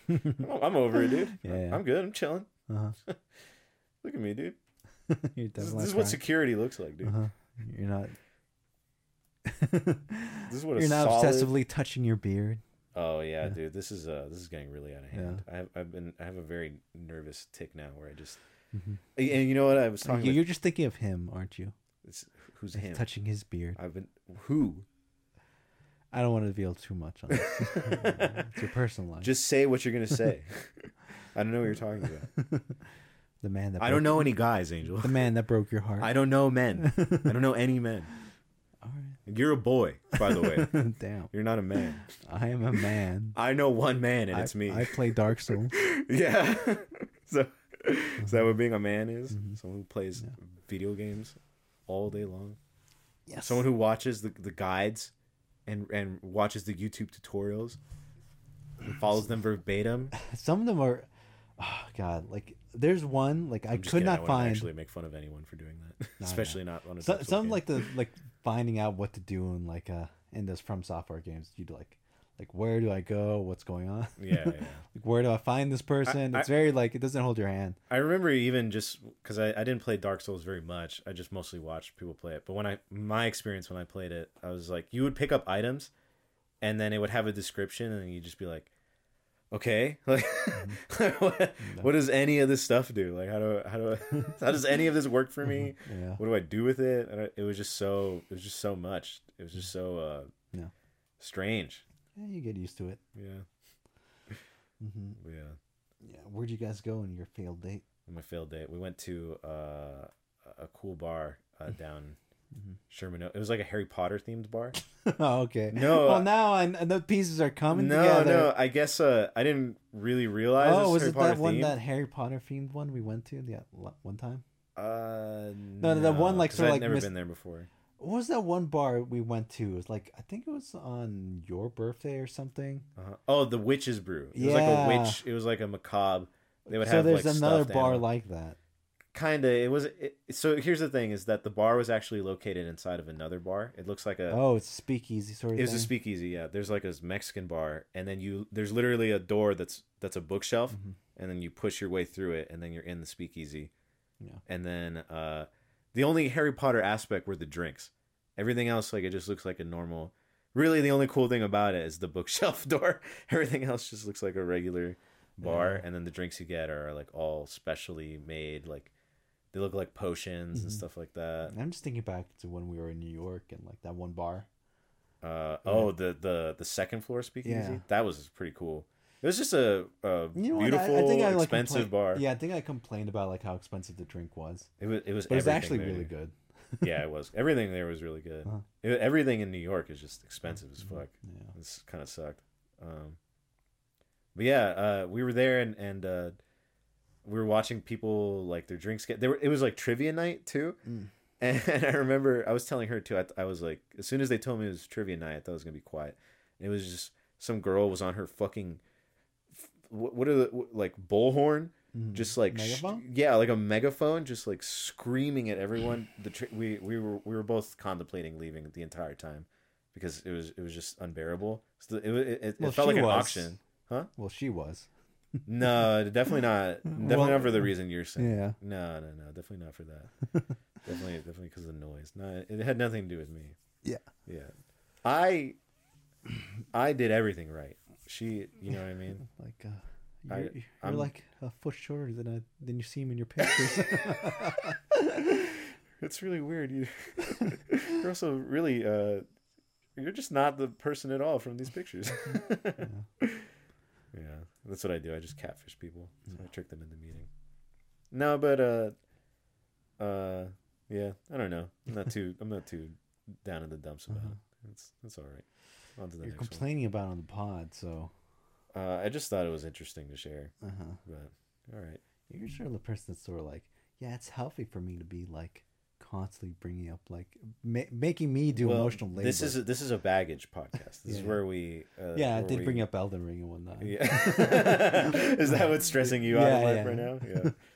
S2: I'm, I'm over it, dude.
S3: Yeah, yeah.
S2: I'm good. I'm chilling.
S3: Uh-huh.
S2: Look at me, dude.
S3: You're
S2: (laughs) This,
S3: definitely
S2: this is
S3: not
S2: what security looks like, dude.
S3: trying. uh-huh. You're not
S2: This is what
S3: (laughs) You're
S2: a
S3: not
S2: solid.
S3: obsessively touching your beard.
S2: Oh yeah, dude. This is uh this is getting really out of hand. I have, I've been I have a very nervous tick now where I just and you know what I was talking
S3: Mm-hmm. You-
S2: about.
S3: You're just thinking of him, aren't you?
S2: It's, who's
S3: He's
S2: him?
S3: touching his beard.
S2: I've been who
S3: I don't want to reveal too much
S2: (laughs)
S3: on this. it's your personal life.
S2: Just say what you're gonna
S3: (laughs)
S2: say. I don't know what you're talking about.
S3: the man that
S2: I
S3: broke,
S2: don't know any guys,
S3: (laughs)
S2: Angel.
S3: the man that broke your heart.
S2: I don't know men. I don't know any men.
S3: All
S2: You're a boy, by the
S3: (laughs)
S2: way.
S3: right. Damn.
S2: You're not a man.
S3: I am a man.
S2: I know one man, and it's
S3: I,
S2: me.
S3: I play Dark
S2: (laughs)
S3: Souls.
S2: yeah. so, is
S3: Mm-hmm.
S2: that what being a man is? Someone who plays video games all day long.
S3: Yes.
S2: Someone who watches the, the guides, and and
S3: (laughs)
S2: watches the YouTube tutorials, and follows them verbatim.
S3: Some of them are oh, God, like there's one like I
S2: I'm just
S3: could
S2: kidding,
S3: not
S2: wouldn't
S3: find.
S2: Actually, make fun of anyone for doing that, (laughs)
S3: no.
S2: especially not on a.
S3: So,
S2: sexual
S3: some
S2: game.
S3: like the like finding out what to do in like uh in those from software games. You'd like like where do I go? What's going on?
S2: Yeah, yeah.
S3: (laughs) Like where do I find this person?
S2: I-
S3: it's very like it doesn't hold your hand.
S2: I remember even just because I, I didn't play Dark Souls very much. I just mostly watched people play it. But when I my experience when I played it, I was like, you would pick up items, and then it would have a description, and you'd just be like, okay, (laughs) like what, what does any of this stuff do? Like how do how do I, (laughs) how does any of this work for me?
S3: Yeah.
S2: What do I do with it? And I- It was just so it was just so much. It was just so uh,
S3: Yeah.
S2: strange.
S3: yeah, you get used to it.
S2: Yeah,
S3: hmm
S2: yeah.
S3: Yeah, where'd you guys go in your failed date? (laughs)
S2: on my failed date. We went to uh, a cool bar uh,
S3: Mm-hmm.
S2: down Sherman. O- It was like a Harry Potter themed bar.
S3: oh, okay.
S2: No,
S3: Well,
S2: uh,
S3: now I, the pieces are coming
S2: no,
S3: together.
S2: no. I guess uh, I didn't really realize.
S3: Oh,
S2: was
S3: was
S2: Harry
S3: it
S2: Potter
S3: that one
S2: themed.
S3: that Harry Potter themed one we went to the one time?
S2: Uh,
S3: no, the one, like,
S2: 'cause
S3: sorta
S2: I'd
S3: like
S2: never
S3: mis-
S2: been there before.
S3: What was that one bar we went to? It was like I think it was on your birthday or something.
S2: Uh-huh. Oh, the witch's brew. It was like a
S3: Yeah.
S2: witch. It was like a macabre. They would
S3: So
S2: have
S3: there's
S2: like
S3: another
S2: stuffed
S3: bar
S2: animal-
S3: like that.
S2: kinda. It was. It, so here's the thing: is that the bar was actually located inside of another bar. It looks like a
S3: Oh, it's speakeasy sort of
S2: It was
S3: thing.
S2: a speakeasy, yeah. There's like a Mexican bar, and then you there's literally a door that's that's a bookshelf, and then you push your way through it, and then you're in the speakeasy.
S3: Yeah.
S2: And then uh, the only Harry Potter aspect were the drinks. Everything else, like it just looks like a normal. Really, the only cool thing about it is the (laughs) bookshelf door. Everything else just looks like a regular bar, and then the drinks you get are like all specially made, like they look like potions and uh, stuff like that.
S3: And I'm just thinking back to when we were in New York and like that one bar.
S2: Uh, oh, the the the second floor speakeasy.
S3: Yeah.
S2: That was pretty cool. It was just a, a
S3: You know what?
S2: beautiful,
S3: like,
S2: expensive
S3: complained-
S2: bar.
S3: Yeah, I think I complained about like how expensive the drink was,
S2: It was. It was.
S3: but it was
S2: everything
S3: actually
S2: there.
S3: really good.
S2: yeah, it was. Everything there was really good.
S3: (laughs) Uh-huh. Mm-hmm.
S2: It- everything in New York is just expensive as fuck.
S3: Yeah.
S2: This kind of sucked. Um, but yeah, uh, we were there and and uh, we were watching people like their drinks get. There were, it was like trivia night too.
S3: Mm.
S2: (laughs) And, I remember I was telling her too. I, I was like, as soon as they told me it was trivia night, I thought it was gonna be quiet. And it was just some girl was on her fucking. f- What what are the what- like bullhorn?
S3: Mhm.
S2: just like sh-
S3: Megaphone?
S2: yeah, like a megaphone, just like screaming at everyone. The tr we we were we were both contemplating leaving the entire time because it was it was just unbearable. So it wa- it, it,
S3: Well,
S2: it felt
S3: she
S2: like an
S3: was.
S2: auction. Huh?
S3: Well, she was.
S2: No, definitely not. Definitely
S3: (laughs) Well-
S2: not for the reason you're saying.
S3: Yeah.
S2: No, no, no, definitely not for that. definitely, definitely because of the noise. No, it had nothing to do with me.
S3: Yeah.
S2: Yeah, I, I did everything right. She, you know what I mean.
S3: Like, uh,
S2: I-
S3: you're, you're
S2: I'm-
S3: like a foot shorter than I, than you seem in
S2: (laughs)
S3: your pictures.
S2: It's really weird. You, (laughs) you're also really, uh, you're just not the person at all from these pictures. (laughs) yeah. that's what I do. I just catfish people. So I trick them into meeting. No, but uh, uh, yeah, I don't know. I'm not too. I'm not too down in the dumps about it. It's it's all right. On to the
S3: Uh-huh. you're
S2: next
S3: complaining about it on the pod, so
S2: one. Uh, I just thought it was interesting to share,
S3: uh-huh.
S2: but all right.
S3: you're sort of the person that's sort of like, yeah, it's healthy for me to be like constantly bringing up like ma- making me do
S2: Well,
S3: emotional labor.
S2: This is a, this is a baggage podcast. This is
S3: Yeah.
S2: where we. Uh,
S3: yeah, I
S2: where
S3: did
S2: we-
S3: bring up Elden Ring and whatnot.
S2: Yeah. (laughs) Is that what's stressing you out
S3: Yeah,
S2: in life
S3: yeah.
S2: right now?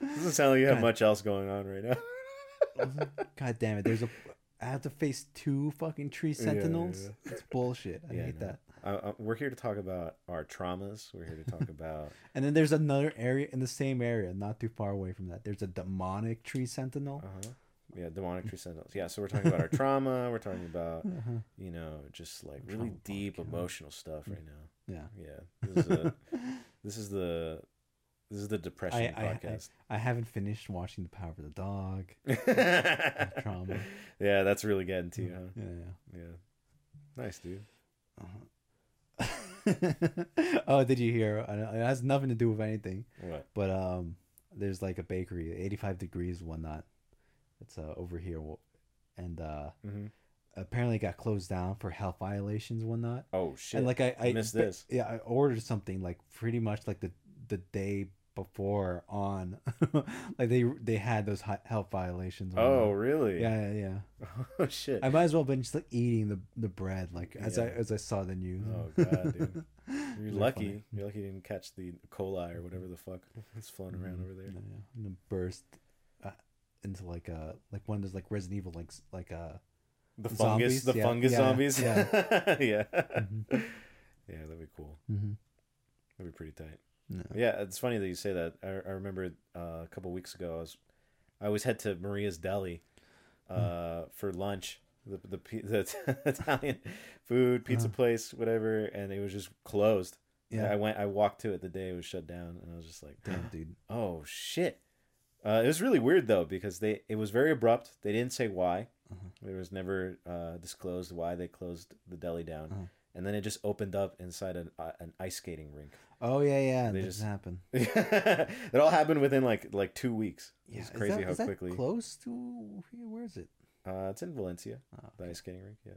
S2: Yeah. Doesn't sound like you have
S3: God.
S2: much else going on right now.
S3: (laughs)
S2: (laughs)
S3: God damn it! There's a I have to face two fucking tree
S2: yeah,
S3: sentinels. It's bullshit. I
S2: Yeah,
S3: hate
S2: no.
S3: that.
S2: Uh, uh, we're here to talk about our traumas. We're here to talk
S3: (laughs)
S2: about
S3: And then there's another area in the same area, not too far away from that. There's a demonic tree sentinel.
S2: uh-huh. yeah, demonic tree sentinels. Yeah, so we're talking
S3: (laughs)
S2: about our trauma. We're talking about
S3: Uh-huh.
S2: you know just like
S3: Trauma
S2: really deep
S3: podcast.
S2: emotional stuff right now.
S3: Yeah.
S2: Yeah, this is,
S3: (laughs)
S2: a, this is the this is the depression
S3: I- I- I- (laughs)
S2: podcast.
S3: I haven't finished watching The Power of the Dog. trauma.
S2: (laughs)
S3: Mm.
S2: Yeah, that's really getting to you, huh?
S3: Yeah.
S2: Yeah, nice dude.
S3: yeah. Uh-huh. (laughs) oh, did you hear? I know- It has nothing to do with anything,
S2: What?
S3: but um, there's like a bakery, 85 degrees, whatnot. It's uh, over here, and uh,
S2: Mm-hmm.
S3: apparently got closed down for health violations, and whatnot.
S2: Oh shit!
S3: And like I, I
S2: missed
S3: ba-
S2: this.
S3: Yeah, I ordered something like pretty much like the the day before on (laughs) like they they had those hi- health violations. when,
S2: Oh,
S3: uh,
S2: really?
S3: yeah, yeah, yeah.
S2: (laughs) Oh shit.
S3: I might as well have been just like eating the the bread like as I
S2: Yeah.
S3: as I saw the news.
S2: Oh god,
S3: (laughs)
S2: dude. You're
S3: They're
S2: lucky.
S3: funny.
S2: You're lucky you didn't catch the coli or whatever the fuck is flown around
S3: Mhm.
S2: over there.
S3: Yeah, yeah. I'm gonna burst uh, into like a like one of those like Resident Evil like s- like
S2: (laughs)
S3: uh, a
S2: The fungus,
S3: Zombies,
S2: the
S3: yeah,
S2: fungus
S3: yeah,
S2: zombies.
S3: yeah.
S2: Yeah. (laughs) yeah.
S3: Mhm.
S2: that'd be cool.
S3: mm-hmm.
S2: That'd be pretty tight.
S3: no.
S2: Yeah, it's funny that you say that. I, I remember uh, a couple weeks ago I was I always head to Maria's Deli uh, for lunch. The the, pi- (laughs) the Italian food pizza
S3: Uh-huh.
S2: place, whatever, and it was just closed. Yeah,
S3: yeah,
S2: I went. I walked to it the day it was shut down, and I was just like, (gasps)
S3: damn dude.
S2: Oh shit! Uh, it was really weird though because they it was very abrupt. They didn't say why.
S3: Uh-huh.
S2: It was never uh, disclosed why they closed the deli down,
S3: Uh-huh.
S2: and then it just opened up inside an uh, an ice skating rink. (laughs)
S3: Oh yeah, yeah.
S2: They
S3: They
S2: just-
S3: just happened.
S2: it all happened within like like two weeks.
S3: Yeah,
S2: it's
S3: is
S2: crazy
S3: that-
S2: how
S3: is that
S2: quickly.
S3: close to here? Where is it?
S2: Uh, it's in Valencia,
S3: Oh,
S2: the ice skating rink. Yeah,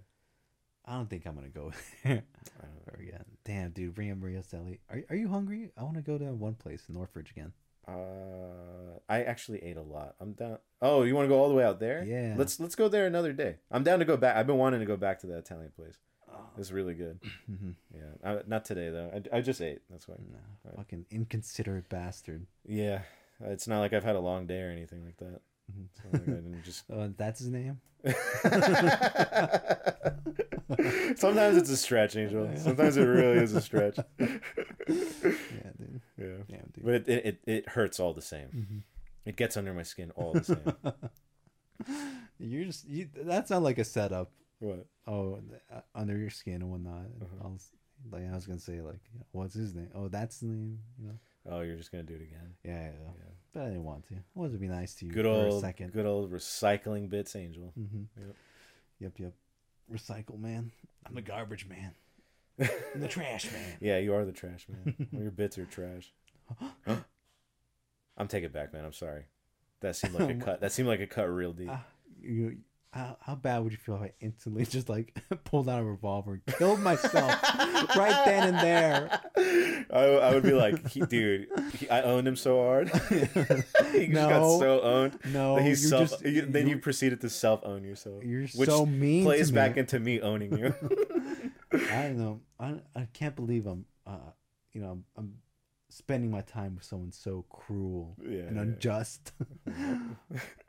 S3: I don't think I'm gonna go (laughs) there
S2: I don't know.
S3: again. Damn, dude, bring up Rios Deli. Are are you hungry? I want to go to one place, Northridge again.
S2: Uh, I actually ate a lot. I'm down. Oh, you want to go all the way out there?
S3: Yeah.
S2: Let's let's go there another day. I'm down to go back. I've been wanting to go back to that Italian place.
S3: (clears throat) Oh,
S2: It's really good.
S3: mhm.
S2: Yeah, I, not today though. I, I just ate. That's why.
S3: no,
S2: Right.
S3: fucking inconsiderate bastard.
S2: Yeah, it's not like I've had a long day or anything like that.
S3: Mhm.
S2: It's not like I didn't just.
S3: Uh, that's his name.
S2: (laughs) Sometimes it's a stretch, Angel. Sometimes it really is a (laughs) stretch.
S3: Yeah, dude.
S2: Yeah,
S3: Yeah, dude.
S2: but it it, it, it hurts all the same.
S3: Mhm.
S2: It gets under my skin all the same.
S3: You're just you, that's not like a setup.
S2: (laughs) what?
S3: Oh, th- uh, under your skin and whatnot.
S2: Uh-huh.
S3: I was like, I was gonna say like, you know, what's his name? Oh, that's the name. You know?
S2: Oh, you're just gonna do it again.
S3: Yeah, yeah, yeah.
S2: Yeah.
S3: But I didn't want to. I wanted to be nice to you
S2: Good
S3: for
S2: old
S3: a second.
S2: good old recycling bits, Angel. (laughs)
S3: Mm-hmm.
S2: Yep.
S3: Yep. Yep. Yep. Recycle man. I'm the garbage man. I'm the trash man.
S2: Yeah, you are the trash
S3: (laughs)
S2: man. All your bits are trash. I'm taking it back, man. I'm sorry. That seemed like a
S3: (laughs)
S2: cut. That seemed like a cut real deep.
S3: Ah, you, how, how bad would you feel if I instantly (laughs) just like pulled out a revolver and
S2: (laughs)
S3: killed myself (laughs) right then and there?
S2: I, I would be like, he, dude, he, I owned him so hard. (laughs) he just got
S3: No.
S2: so owned.
S3: No,
S2: that he's
S3: you're
S2: self,
S3: just-
S2: you- then you,
S3: you-
S2: proceeded to self own yourself.
S3: You're so mean.
S2: plays
S3: to me.
S2: back into me owning
S3: (laughs)
S2: you. (laughs)
S3: I don't know. I I can't believe I'm uh you know I'm, I'm spending my time with someone so cruel
S2: yeah,
S3: and
S2: yeah. (laughs)
S3: unjust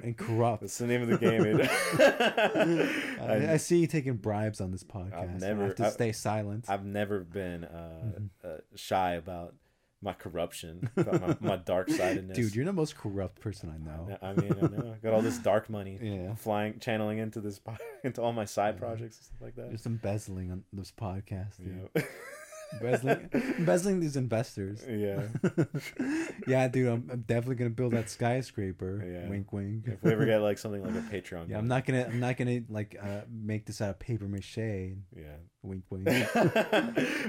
S3: and corrupt.
S2: That's the name of the game. It.
S3: I,
S2: (laughs)
S3: I (laughs)
S2: I,
S3: see you taking bribes on this podcast.
S2: never-
S3: I have to
S2: I-
S3: stay silent.
S2: have never been uh,
S3: Mm-hmm.
S2: uh, shy about my
S3: (laughs)
S2: corruption, about my, my dark sidedness.
S3: Dude, you're the most corrupt person I know.
S2: I mean, I know. I got all this dark money
S3: Yeah.
S2: flying, channeling into this, (laughs) po- into all my side projects and stuff like that.
S3: Just embezzling on this podcast. dude.
S2: yeah. (laughs)
S3: Embezzling, embezzling these investors.
S2: Yeah.
S3: (laughs) yeah, dude, I'm, I'm definitely gonna build that skyscraper.
S2: Yeah.
S3: Wink, wink.
S2: If we ever get like something like a Patreon,
S3: Yeah, I'm not gonna, I'm not gonna like uh, make this out of paper mache.
S2: Yeah. (laughs)
S3: Wink, wink.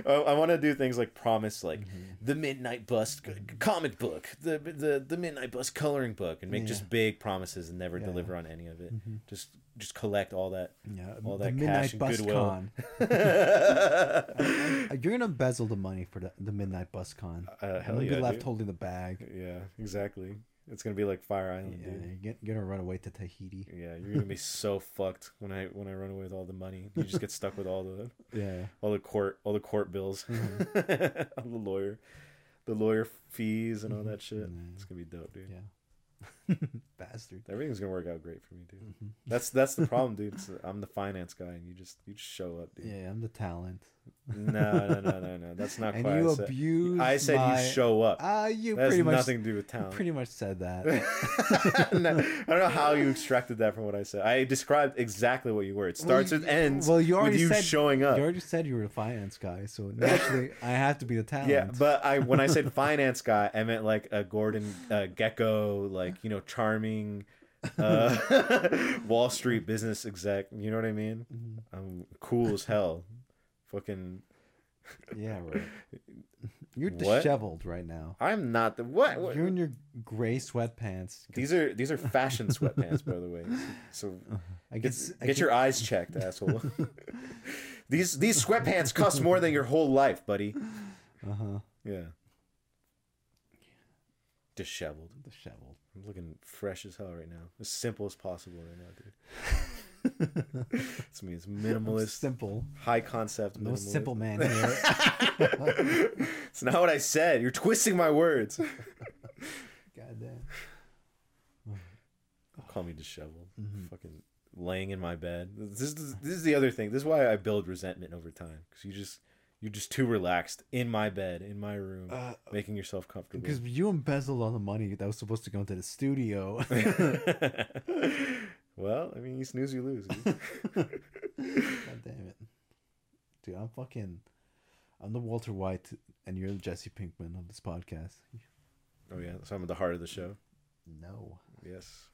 S2: Oh, I want to do things like promise, like
S3: Mm-hmm.
S2: the Midnight Bust c- comic book, the the the Midnight Bust coloring book, and make
S3: Yeah.
S2: just big promises and never
S3: Yeah. Mm-hmm.
S2: deliver on any of it. Just just collect all
S3: (laughs)
S2: that. (laughs)
S3: Yeah,
S2: All
S3: the
S2: that
S3: Midnight
S2: cash and
S3: Bus
S2: goodwill.
S3: Con. Uh, You're gonna embezzle the money for the, the Midnight Bus Con.
S2: Uh, (laughs)
S3: I'm
S2: hell
S3: gonna
S2: yeah,
S3: be left
S2: dude.
S3: holding the bag.
S2: yeah, exactly. It's gonna be like Fire
S3: Yeah,
S2: Island, dude.
S3: you're get- you're gonna run away to Tahiti.
S2: Yeah, you're gonna be so fucked when I when I run away with all the money. You just get stuck with all the
S3: Yeah,
S2: all the court all the court bills,
S3: Mm-hmm.
S2: (laughs) all the lawyer, the lawyer fees and all that shit.
S3: Mhm.
S2: It's gonna be dope, dude.
S3: yeah, (laughs) bastard.
S2: Everything's gonna work out great for me, dude.
S3: Mm-hmm.
S2: That's that's
S3: (laughs)
S2: the problem, dude. It's, I'm the finance guy, and you just you just show up, dude.
S3: Yeah, I'm the talent.
S2: No, no, no, no, no.
S3: (laughs)
S2: That's not
S3: And
S2: quite.
S3: you
S2: I said, I said
S3: abuse. my...
S2: you show up.
S3: Ah, you
S2: that has
S3: pretty much
S2: nothing to do with talent.
S3: pretty much said that.
S2: (laughs)
S3: (laughs)
S2: No, I don't know how you extracted that from what I said. I described exactly what you were. It starts
S3: you-
S2: and ends
S3: well, you
S2: with
S3: already
S2: you
S3: said-
S2: showing up.
S3: You already said you were a finance guy, so naturally I have to be the talent.
S2: Yeah, but I when I
S3: (laughs)
S2: said finance guy, I meant like a Gordon uh, Gecko, like you know, charming uh,
S3: (laughs)
S2: Wall Street business exec. You know what I mean?
S3: Mm-hmm.
S2: I'm cool as hell. Fucking,
S3: yeah, right. (laughs) You're
S2: What?
S3: disheveled right now.
S2: I'm not the what. what-
S3: You're in your gray sweatpants.
S2: These are these are fashion sweatpants, by the way. So
S3: I
S2: get
S3: guess I
S2: get your
S3: can- (laughs)
S2: eyes checked, asshole. (laughs) these these sweatpants cost more than your whole life, buddy.
S3: uh-huh.
S2: Yeah. disheveled.
S3: Disheveled.
S2: I'm looking fresh as hell right now. As simple as possible right now, dude.
S3: (laughs)
S2: It's me. It's minimalist,
S3: simple.
S2: high concept.
S3: No
S2: minimalist.
S3: simple
S2: (laughs)
S3: man here.
S2: It's not what I said. You're twisting my words.
S3: Goddamn.
S2: Call me disheveled.
S3: Mm-hmm.
S2: Fucking laying in my bed. This is this is the other thing. This is why I build resentment over time because you just you're just too relaxed in my bed in my room,
S3: Uh,
S2: making yourself comfortable.
S3: (laughs) Because you embezzled all the money that was supposed to go into the studio.
S2: (laughs) well, I mean, you snooze, you lose.
S3: (laughs)
S2: dude.
S3: God damn it. Dude, I'm fucking. I'm the Walter White, and you're the Jesse Pinkman of this podcast.
S2: oh yeah, so I'm at the heart of the show.
S3: No. (laughs)
S2: Yes.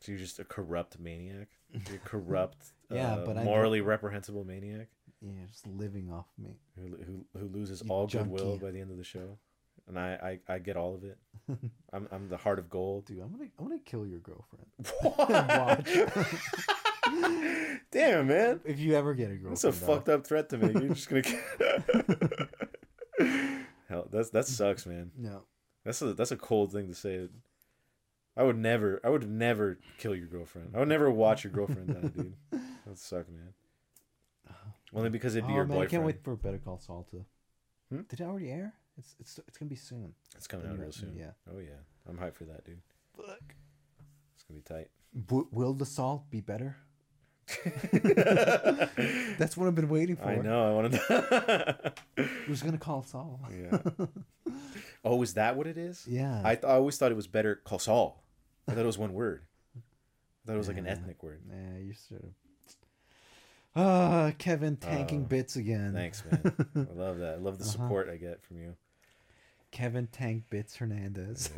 S2: So you're just a corrupt maniac.
S3: (laughs)
S2: You're a corrupt,
S3: Yeah,
S2: uh,
S3: but I-
S2: morally reprehensible maniac
S3: You're just living off me.
S2: who who, who loses
S3: You
S2: all goodwill
S3: junkie.
S2: by the end of the show, and I I, I get all of
S3: (laughs)
S2: it. I'm I'm the heart of gold.
S3: Dude, I'm gonna, I'm gonna kill your girlfriend. (laughs)
S2: What? (laughs) Damn man,
S3: If you ever get a girlfriend.
S2: that's a
S3: though.
S2: fucked up threat to me. You're just gonna.
S3: (laughs)
S2: Hell, that's that sucks, man.
S3: No.
S2: That's a that's a cold thing to say. I would never I would never kill your girlfriend. I would never watch your girlfriend die,
S3: (laughs)
S2: dude. That'd suck,
S3: (sighs)
S2: man. Only because it'd be
S3: Oh,
S2: your
S3: man, I
S2: boyfriend.
S3: can't wait for Better Call Saul to.
S2: Hmm?
S3: Did it already air? It's it's it's gonna be soon.
S2: It's coming out real soon.
S3: Yeah.
S2: Oh yeah. I'm hyped for that, dude.
S3: Fuck.
S2: It's gonna be tight.
S3: W- will the salt
S2: (laughs)
S3: be better? That's what I've been waiting for.
S2: I know, I wanna
S3: (laughs) Who's gonna call Saul?
S2: Yeah. (laughs) Oh, is that what it is?
S3: Yeah.
S2: I, th- I always thought it was better call Saul. I thought it was one word. I thought it was like an
S3: Yeah.
S2: ethnic word.
S3: Nah, you're sort of. (sighs) Ah, Kevin tanking
S2: Oh,
S3: bits again.
S2: Thanks, man.
S3: (laughs)
S2: I love that. I love the
S3: Uh-huh.
S2: support I get from you. (laughs)
S3: Kevin tank bits Hernandez.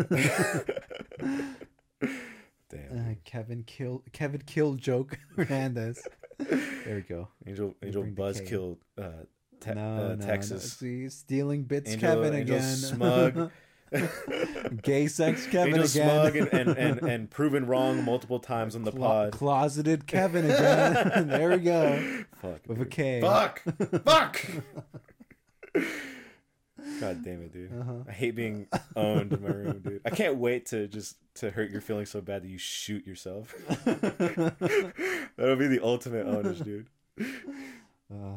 S2: Damn.
S3: uh, Kevin kill Kevin kill joke (laughs)
S2: (laughs)
S3: Hernandez. there we go.
S2: Angel Angel
S3: bring the
S2: Buzz
S3: K.
S2: killed uh, te-
S3: No,
S2: uh,
S3: no,
S2: Texas.
S3: No. See, stealing bits,
S2: Angel,
S3: Kevin
S2: Angel
S3: again.
S2: Smug,
S3: (laughs)
S2: (laughs)
S3: Gay sex, Kevin
S2: Angel
S3: again.
S2: Smug, and, and, and,
S3: (laughs)
S2: and proven wrong multiple times on the
S3: Clo-
S2: pod.
S3: Closeted Kevin
S2: (laughs)
S3: again. (laughs) there we go.
S2: Fuck.
S3: With a
S2: dude.
S3: K.
S2: Fuck. Fuck. God damn it, dude!
S3: Uh-huh.
S2: I hate being owned in my room, dude. I can't wait to just to hurt your feelings so bad that you shoot
S3: (laughs)
S2: yourself. That'll be the ultimate ownage, dude.
S3: Uh,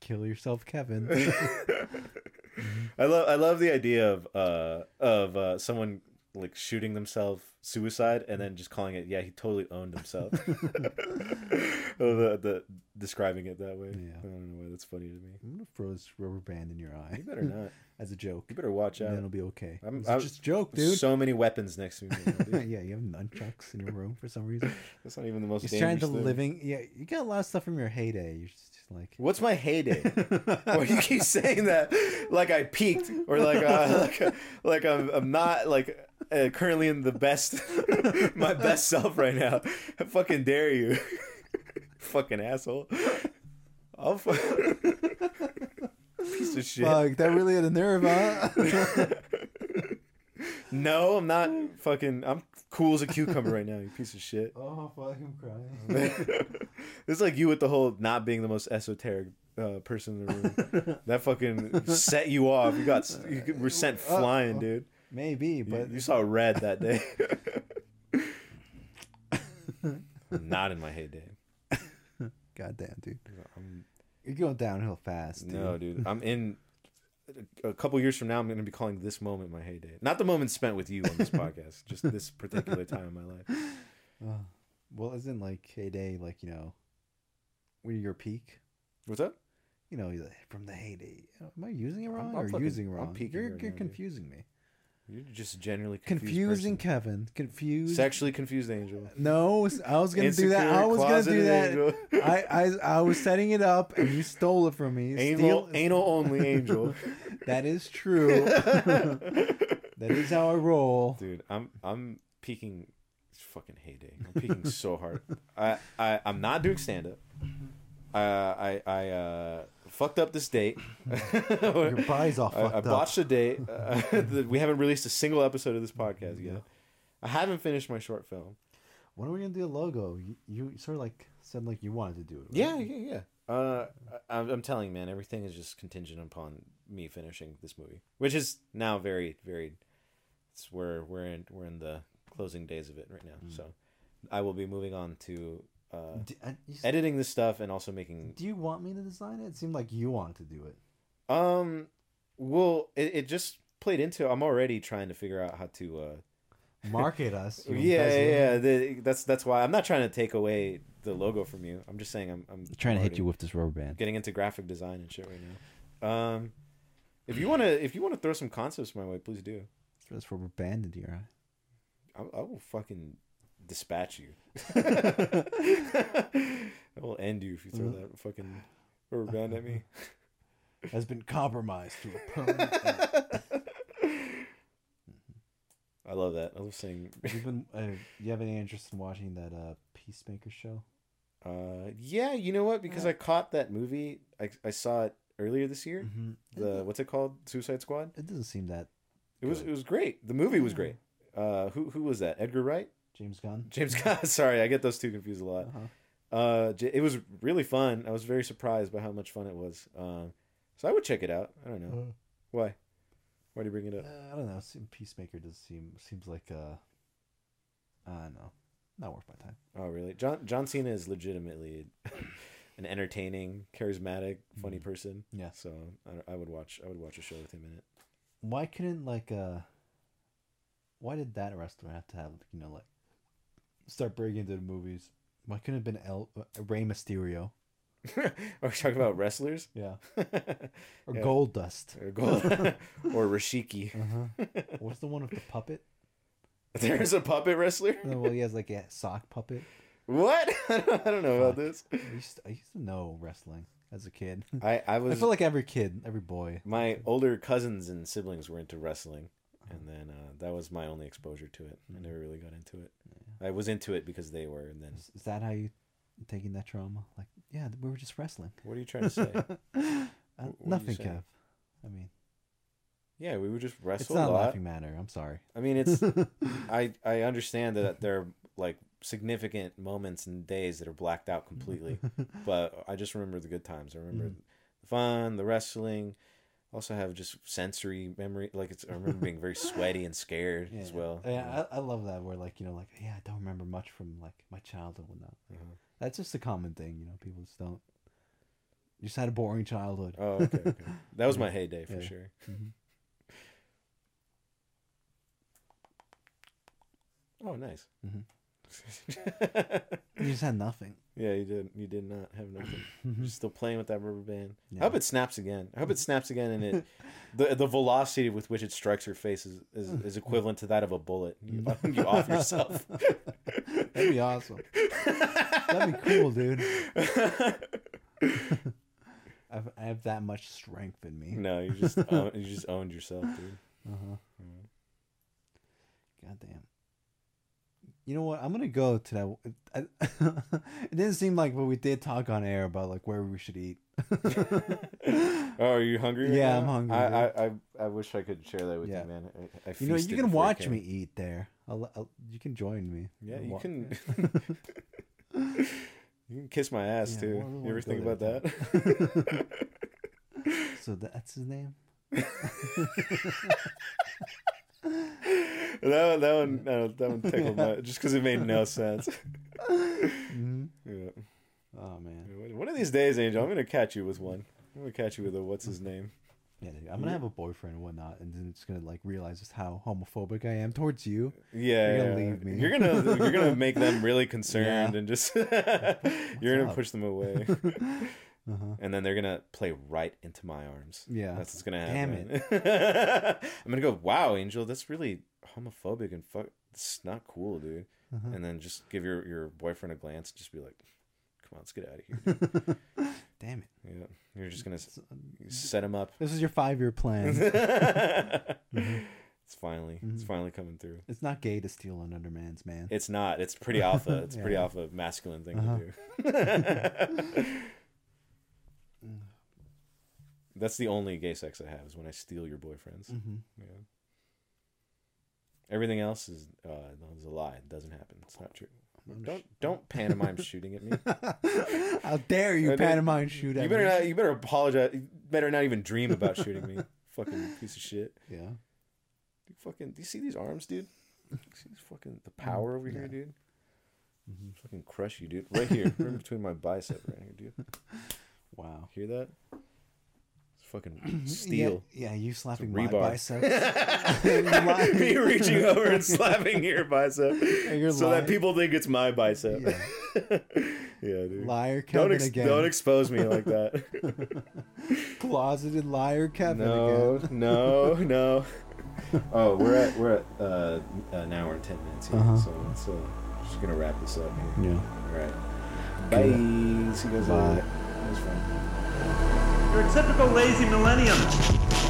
S3: kill
S2: (laughs)
S3: yourself, Kevin. (laughs)
S2: I love I love the idea of uh of uh someone like shooting themselves suicide and then just calling it yeah he totally owned
S3: (laughs)
S2: himself. (laughs) oh, the, the describing it that way.
S3: Yeah.
S2: I don't know why that's funny to me.
S3: I'm gonna throw this rubber band in your eye
S2: You better not.
S3: as a joke.
S2: You better watch
S3: And then it'll
S2: out.
S3: be okay.
S2: I'm-
S3: it's
S2: I-
S3: just a joke, dude.
S2: There's so many weapons next to me. right now, dude.
S3: (laughs) yeah, you have nunchucks in your room for
S2: (laughs)
S3: some reason.
S2: That's not even the most.
S3: You're trying to
S2: dangerous thing.
S3: living. Yeah, you got a lot of stuff from your heyday. You're just, just like
S2: What's my heyday?
S3: (laughs)
S2: Why do you keep saying that? Like I peaked, or like uh, (laughs) like, like I'm I'm not like uh, currently in the best (laughs) my best self right now. I fucking dare you, (laughs) fucking asshole. I'll fu- (laughs) piece of shit.
S3: fuck. That really had a nerve, huh?
S2: (laughs)
S3: (laughs)
S2: No, I'm not fucking. I'm cool as a cucumber right now. You piece of shit.
S3: oh fuck, I'm crying.
S2: (laughs) It's like you with the whole not being the most esoteric uh, person in (laughs) the room. that fucking set you off. You got you were sent flying, dude.
S3: Maybe,
S2: You,
S3: but
S2: you saw red that (laughs) day. not in my heyday.
S3: goddamn, dude,
S2: I'm-
S3: you're going downhill fast. Dude.
S2: No, dude. I'm in. A couple years from now, I'm going to be calling this moment my heyday. Not the moment spent with you on (laughs) this podcast, just this particular time in my life.
S3: Well, isn't like heyday like you know when you're your peak?
S2: What's up?
S3: You know, you're like, from the heyday. Am I using it wrong
S2: I'm
S3: or
S2: fucking-
S3: using
S2: I'm
S3: wrong?
S2: peaking
S3: you're
S2: right
S3: you're
S2: now, dude.
S3: confusing me.
S2: You're just generally confused
S3: Confusing
S2: person.
S3: Kevin. Confused.
S2: sexually confused angel.
S3: No, I was gonna do that. I
S2: Insecure,
S3: was gonna do
S2: closeted
S3: that.
S2: angel.
S3: I, I I was setting it up, and you stole it from
S2: (laughs)
S3: me.
S2: Anal,
S3: Steal-
S2: anal (laughs) only angel.
S3: That
S2: (laughs)
S3: is true. that is how I roll.
S2: Dude, I'm I'm peaking it's fucking heyday. I'm
S3: (laughs)
S2: peaking so hard. I, I I'm not doing stand up. Uh, I I uh, fucked up this
S3: (laughs)
S2: date.
S3: Your body's
S2: (laughs)
S3: all
S2: I,
S3: fucked
S2: I
S3: up.
S2: botched a date. (laughs) Uh, that we haven't released a single episode of this podcast yet. I haven't finished my short film.
S3: When are we gonna do a logo? You, you sort of like said like you wanted to do it. right?
S2: Yeah, yeah, yeah. Uh, I- I'm, I'm telling you, man, everything is just contingent upon me finishing this movie, which is now very, very. It's where we're in. We're in the closing days of it right now.
S3: Mm.
S2: So, I will be moving on to uh,
S3: Do, I- you s-
S2: editing this stuff and also making.
S3: do you want me to design it? It seemed like you wanted to do it.
S2: Um, well, it, it just played into. I'm already trying to figure out how to. Uh, (laughs)
S3: Market us. you
S2: yeah, yeah,
S3: embezzler.
S2: yeah. The, that's that's why I'm not trying to take away the logo from you. I'm just saying I'm. I'm
S3: Trying to hit
S2: already-
S3: you with this rubber band.
S2: getting into graphic design and shit right now. Um, if you wanna, if you wanna throw some concepts my way, please do.
S3: Throw this rubber band into your eye.
S2: I, I will fucking dispatch you. (laughs) I will end you if you
S3: Mm-hmm.
S2: throw that fucking rubber band at me.
S3: Has been compromised to a
S2: (laughs)
S3: permanent. end.
S2: I love that. I love saying. (laughs)
S3: You've been. Uh, you have any interest in watching that uh, Peacemaker show?
S2: Uh, yeah, you know what? Because I caught that movie. I I saw it earlier this year.
S3: Mm-hmm.
S2: The what's it called? Suicide Squad.
S3: It doesn't seem that
S2: It was it was great. The movie was great. Uh, who who was that? Edgar Wright.
S3: James Gunn.
S2: James (laughs) Gunn. Sorry, I get those two confused a lot.
S3: Uh-huh.
S2: Uh, J- it was really fun. I was very surprised by how much fun it was. Um, so I would check it out. I don't know
S3: Uh,
S2: why. Why do you bring it up?
S3: I don't know. Seem, Peacemaker does seem seems like uh, I don't know, not worth my time.
S2: Oh, really? John John Cena is legitimately (laughs) an entertaining, charismatic, funny person.
S3: Mm-hmm. Yeah.
S2: So I, I would watch. I would watch a show with him in it.
S3: Why couldn't like uh, why did that restaurant have to have you know like start breaking into the movies? Why couldn't it have been El uh, Rey Mysterio?
S2: (laughs) Are we talking about wrestlers (laughs)
S3: Yeah,
S2: or
S3: or
S2: Yeah.
S3: Gold Dust. (laughs)
S2: gold or Rashiki? (laughs)
S3: Uh-huh. (laughs) What's the one with the puppet?
S2: There's a puppet wrestler.
S3: No, well, he has like a sock puppet.
S2: What? (laughs) I don't, I don't know about
S3: Fuck.
S2: this.
S3: I used to, I used to know wrestling as a kid.
S2: (laughs) I I
S3: I
S2: was
S3: feel like every kid, every boy.
S2: my older cousins and siblings were into wrestling and then uh, that was my only exposure to it i never really got into it i was into it because they were and then
S3: Is, is that how you taking that trauma? Like, yeah, we were just wrestling.
S2: what are you trying to say
S3: (laughs) Uh,
S2: what you
S3: nothing,
S2: saying?
S3: Kev. I mean,
S2: (laughs) yeah we would just
S3: it's
S2: wrestle a
S3: not a
S2: lot
S3: laughing matter. I'm sorry.
S2: i mean (laughs) it's i i understand that there are like significant moments and days that are blacked out (laughs) completely but i just remember the good times i remember the fun the wrestling also have just sensory memory like it's i remember being very sweaty and scared as well
S3: Yeah, I, I love that. Where like you know, like yeah, I don't remember much from like my childhood and whatnot. Like, That's just a common thing, you know. People just don't. You just had a boring childhood.
S2: Oh, okay, okay. That was my heyday for
S3: Yeah.
S2: sure.
S3: Mhm.
S2: Oh, nice.
S3: Mhm.
S2: yeah,
S3: Mm-hmm.
S2: (laughs)
S3: You just had nothing.
S2: you did. You did not have
S3: (laughs)
S2: nothing. You're still playing with that rubber band. I
S3: Yeah.
S2: hope it snaps again. I
S3: (laughs)
S2: hope it snaps again, and it the the velocity with which it strikes your face is, is,
S3: Mm-hmm.
S2: is equivalent to that of a bullet. You, you off
S3: (laughs)
S2: yourself.
S3: That'd be awesome. That'd be cool, dude. I've, I have that much strength in
S2: (laughs)
S3: me.
S2: no, you just own, you just owned yourself, dude.
S3: Uh-huh. God damn. You know what? I'm gonna go to that. I, (laughs) it didn't seem like what we did talk on air about like where we should eat. (laughs)
S2: Oh, are you hungry? right
S3: Yeah, I'm
S2: now?
S3: hungry,
S2: I,
S3: dude.
S2: I, I I wish I could share that with
S3: Yeah.
S2: you, man. I, I
S3: you know,
S2: feasted
S3: you can
S2: before I
S3: watch
S2: came.
S3: me eat there. I'll, I'll, you can join me.
S2: Yeah,
S3: I'll
S2: you
S3: wa-
S2: (laughs)
S3: (laughs)
S2: can. you can kiss my ass
S3: Yeah,
S2: too.
S3: why would
S2: You
S3: we
S2: ever
S3: go
S2: think
S3: there
S2: about that? (laughs)
S3: So that's his name.
S2: that one, that
S3: (laughs)
S2: one, no, that one tickled my just because it made no sense.
S3: Mm-hmm.
S2: (laughs) yeah.
S3: Oh man.
S2: One of these days, Angel, I'm gonna catch you with one. I'm gonna catch you with a what's his name.
S3: Yeah, dude, I'm gonna have a boyfriend and whatnot, and then it's gonna like realize just how homophobic I am towards you.
S2: Yeah,
S3: You're gonna
S2: yeah.
S3: leave me.
S2: You're gonna you're gonna make
S3: (laughs)
S2: them really concerned
S3: Yeah.
S2: and
S3: (laughs)
S2: just (laughs) you're gonna
S3: up?
S2: push them
S3: (laughs)
S2: away, and then they're gonna play right into my arms.
S3: Uh-huh. Yeah.
S2: that's what's gonna
S3: Damn
S2: happen. it! (laughs) I'm gonna go. Wow, Angel, that's really homophobic and fuck. It's not cool, dude.
S3: Uh-huh.
S2: And then just give your your boyfriend a glance and just be like, "Come on, let's get out of here."
S3: (laughs)
S2: dude."
S3: Damn it.
S2: yeah, you're just gonna s-
S3: um,
S2: set him
S3: (laughs)
S2: up. (laughs)
S3: This is your five-year plan. Mm-hmm.
S2: it's finally it's finally coming through.
S3: it's not gay to steal an underman's man.
S2: It's not. It's
S3: (laughs)
S2: pretty alpha. It's pretty alpha masculine thing to do.
S3: Uh-huh.
S2: (laughs) That's the only gay sex I have is when I steal your boyfriends.
S3: Mm. Mm-hmm.
S2: Yeah. Everything else is uh, no, it's a lie. It doesn't happen. It's not true.
S3: I'm
S2: Don't don't pantomime shooting at me.
S3: sh- (laughs) How dare you
S2: I did-
S3: pantomime (laughs) shoot at
S2: You better
S3: me?
S2: not. You better apologize. You better not even
S3: (laughs)
S2: dream about shooting me. Fucking piece of shit.
S3: Yeah.
S2: You fucking. Do you see these arms, dude? See these fucking the power over here, dude.
S3: Mm-hmm.
S2: Fucking crush you, dude. Right here, right (laughs) between my bicep, right here, dude.
S3: Wow.
S2: Hear that? It's fucking
S3: (clears throat) Yeah,
S2: Mm-hmm. steel.
S3: Yeah, you slapping my
S2: rebar. (laughs)
S3: biceps. (laughs)
S2: Me
S3: You're lying.
S2: reaching over
S3: (laughs)
S2: and slapping your bicep,
S3: You're
S2: so
S3: lying.
S2: that people think it's my bicep. Yeah,
S3: (laughs) Yeah.
S2: dude.
S3: Liar Kevin
S2: Don't ex-
S3: again.
S2: don't expose me like
S3: (laughs)
S2: that.
S3: Closeted liar Kevin
S2: No,
S3: again. (laughs)
S2: no, no. Oh, we're at we're at uh, an hour and ten minutes here,
S3: Uh-huh.
S2: so it's uh, just gonna wrap this up here.
S3: Yeah.
S2: All right, bye. See you guys
S3: Bye.
S2: later. That was fun.
S1: You're a typical lazy millennium.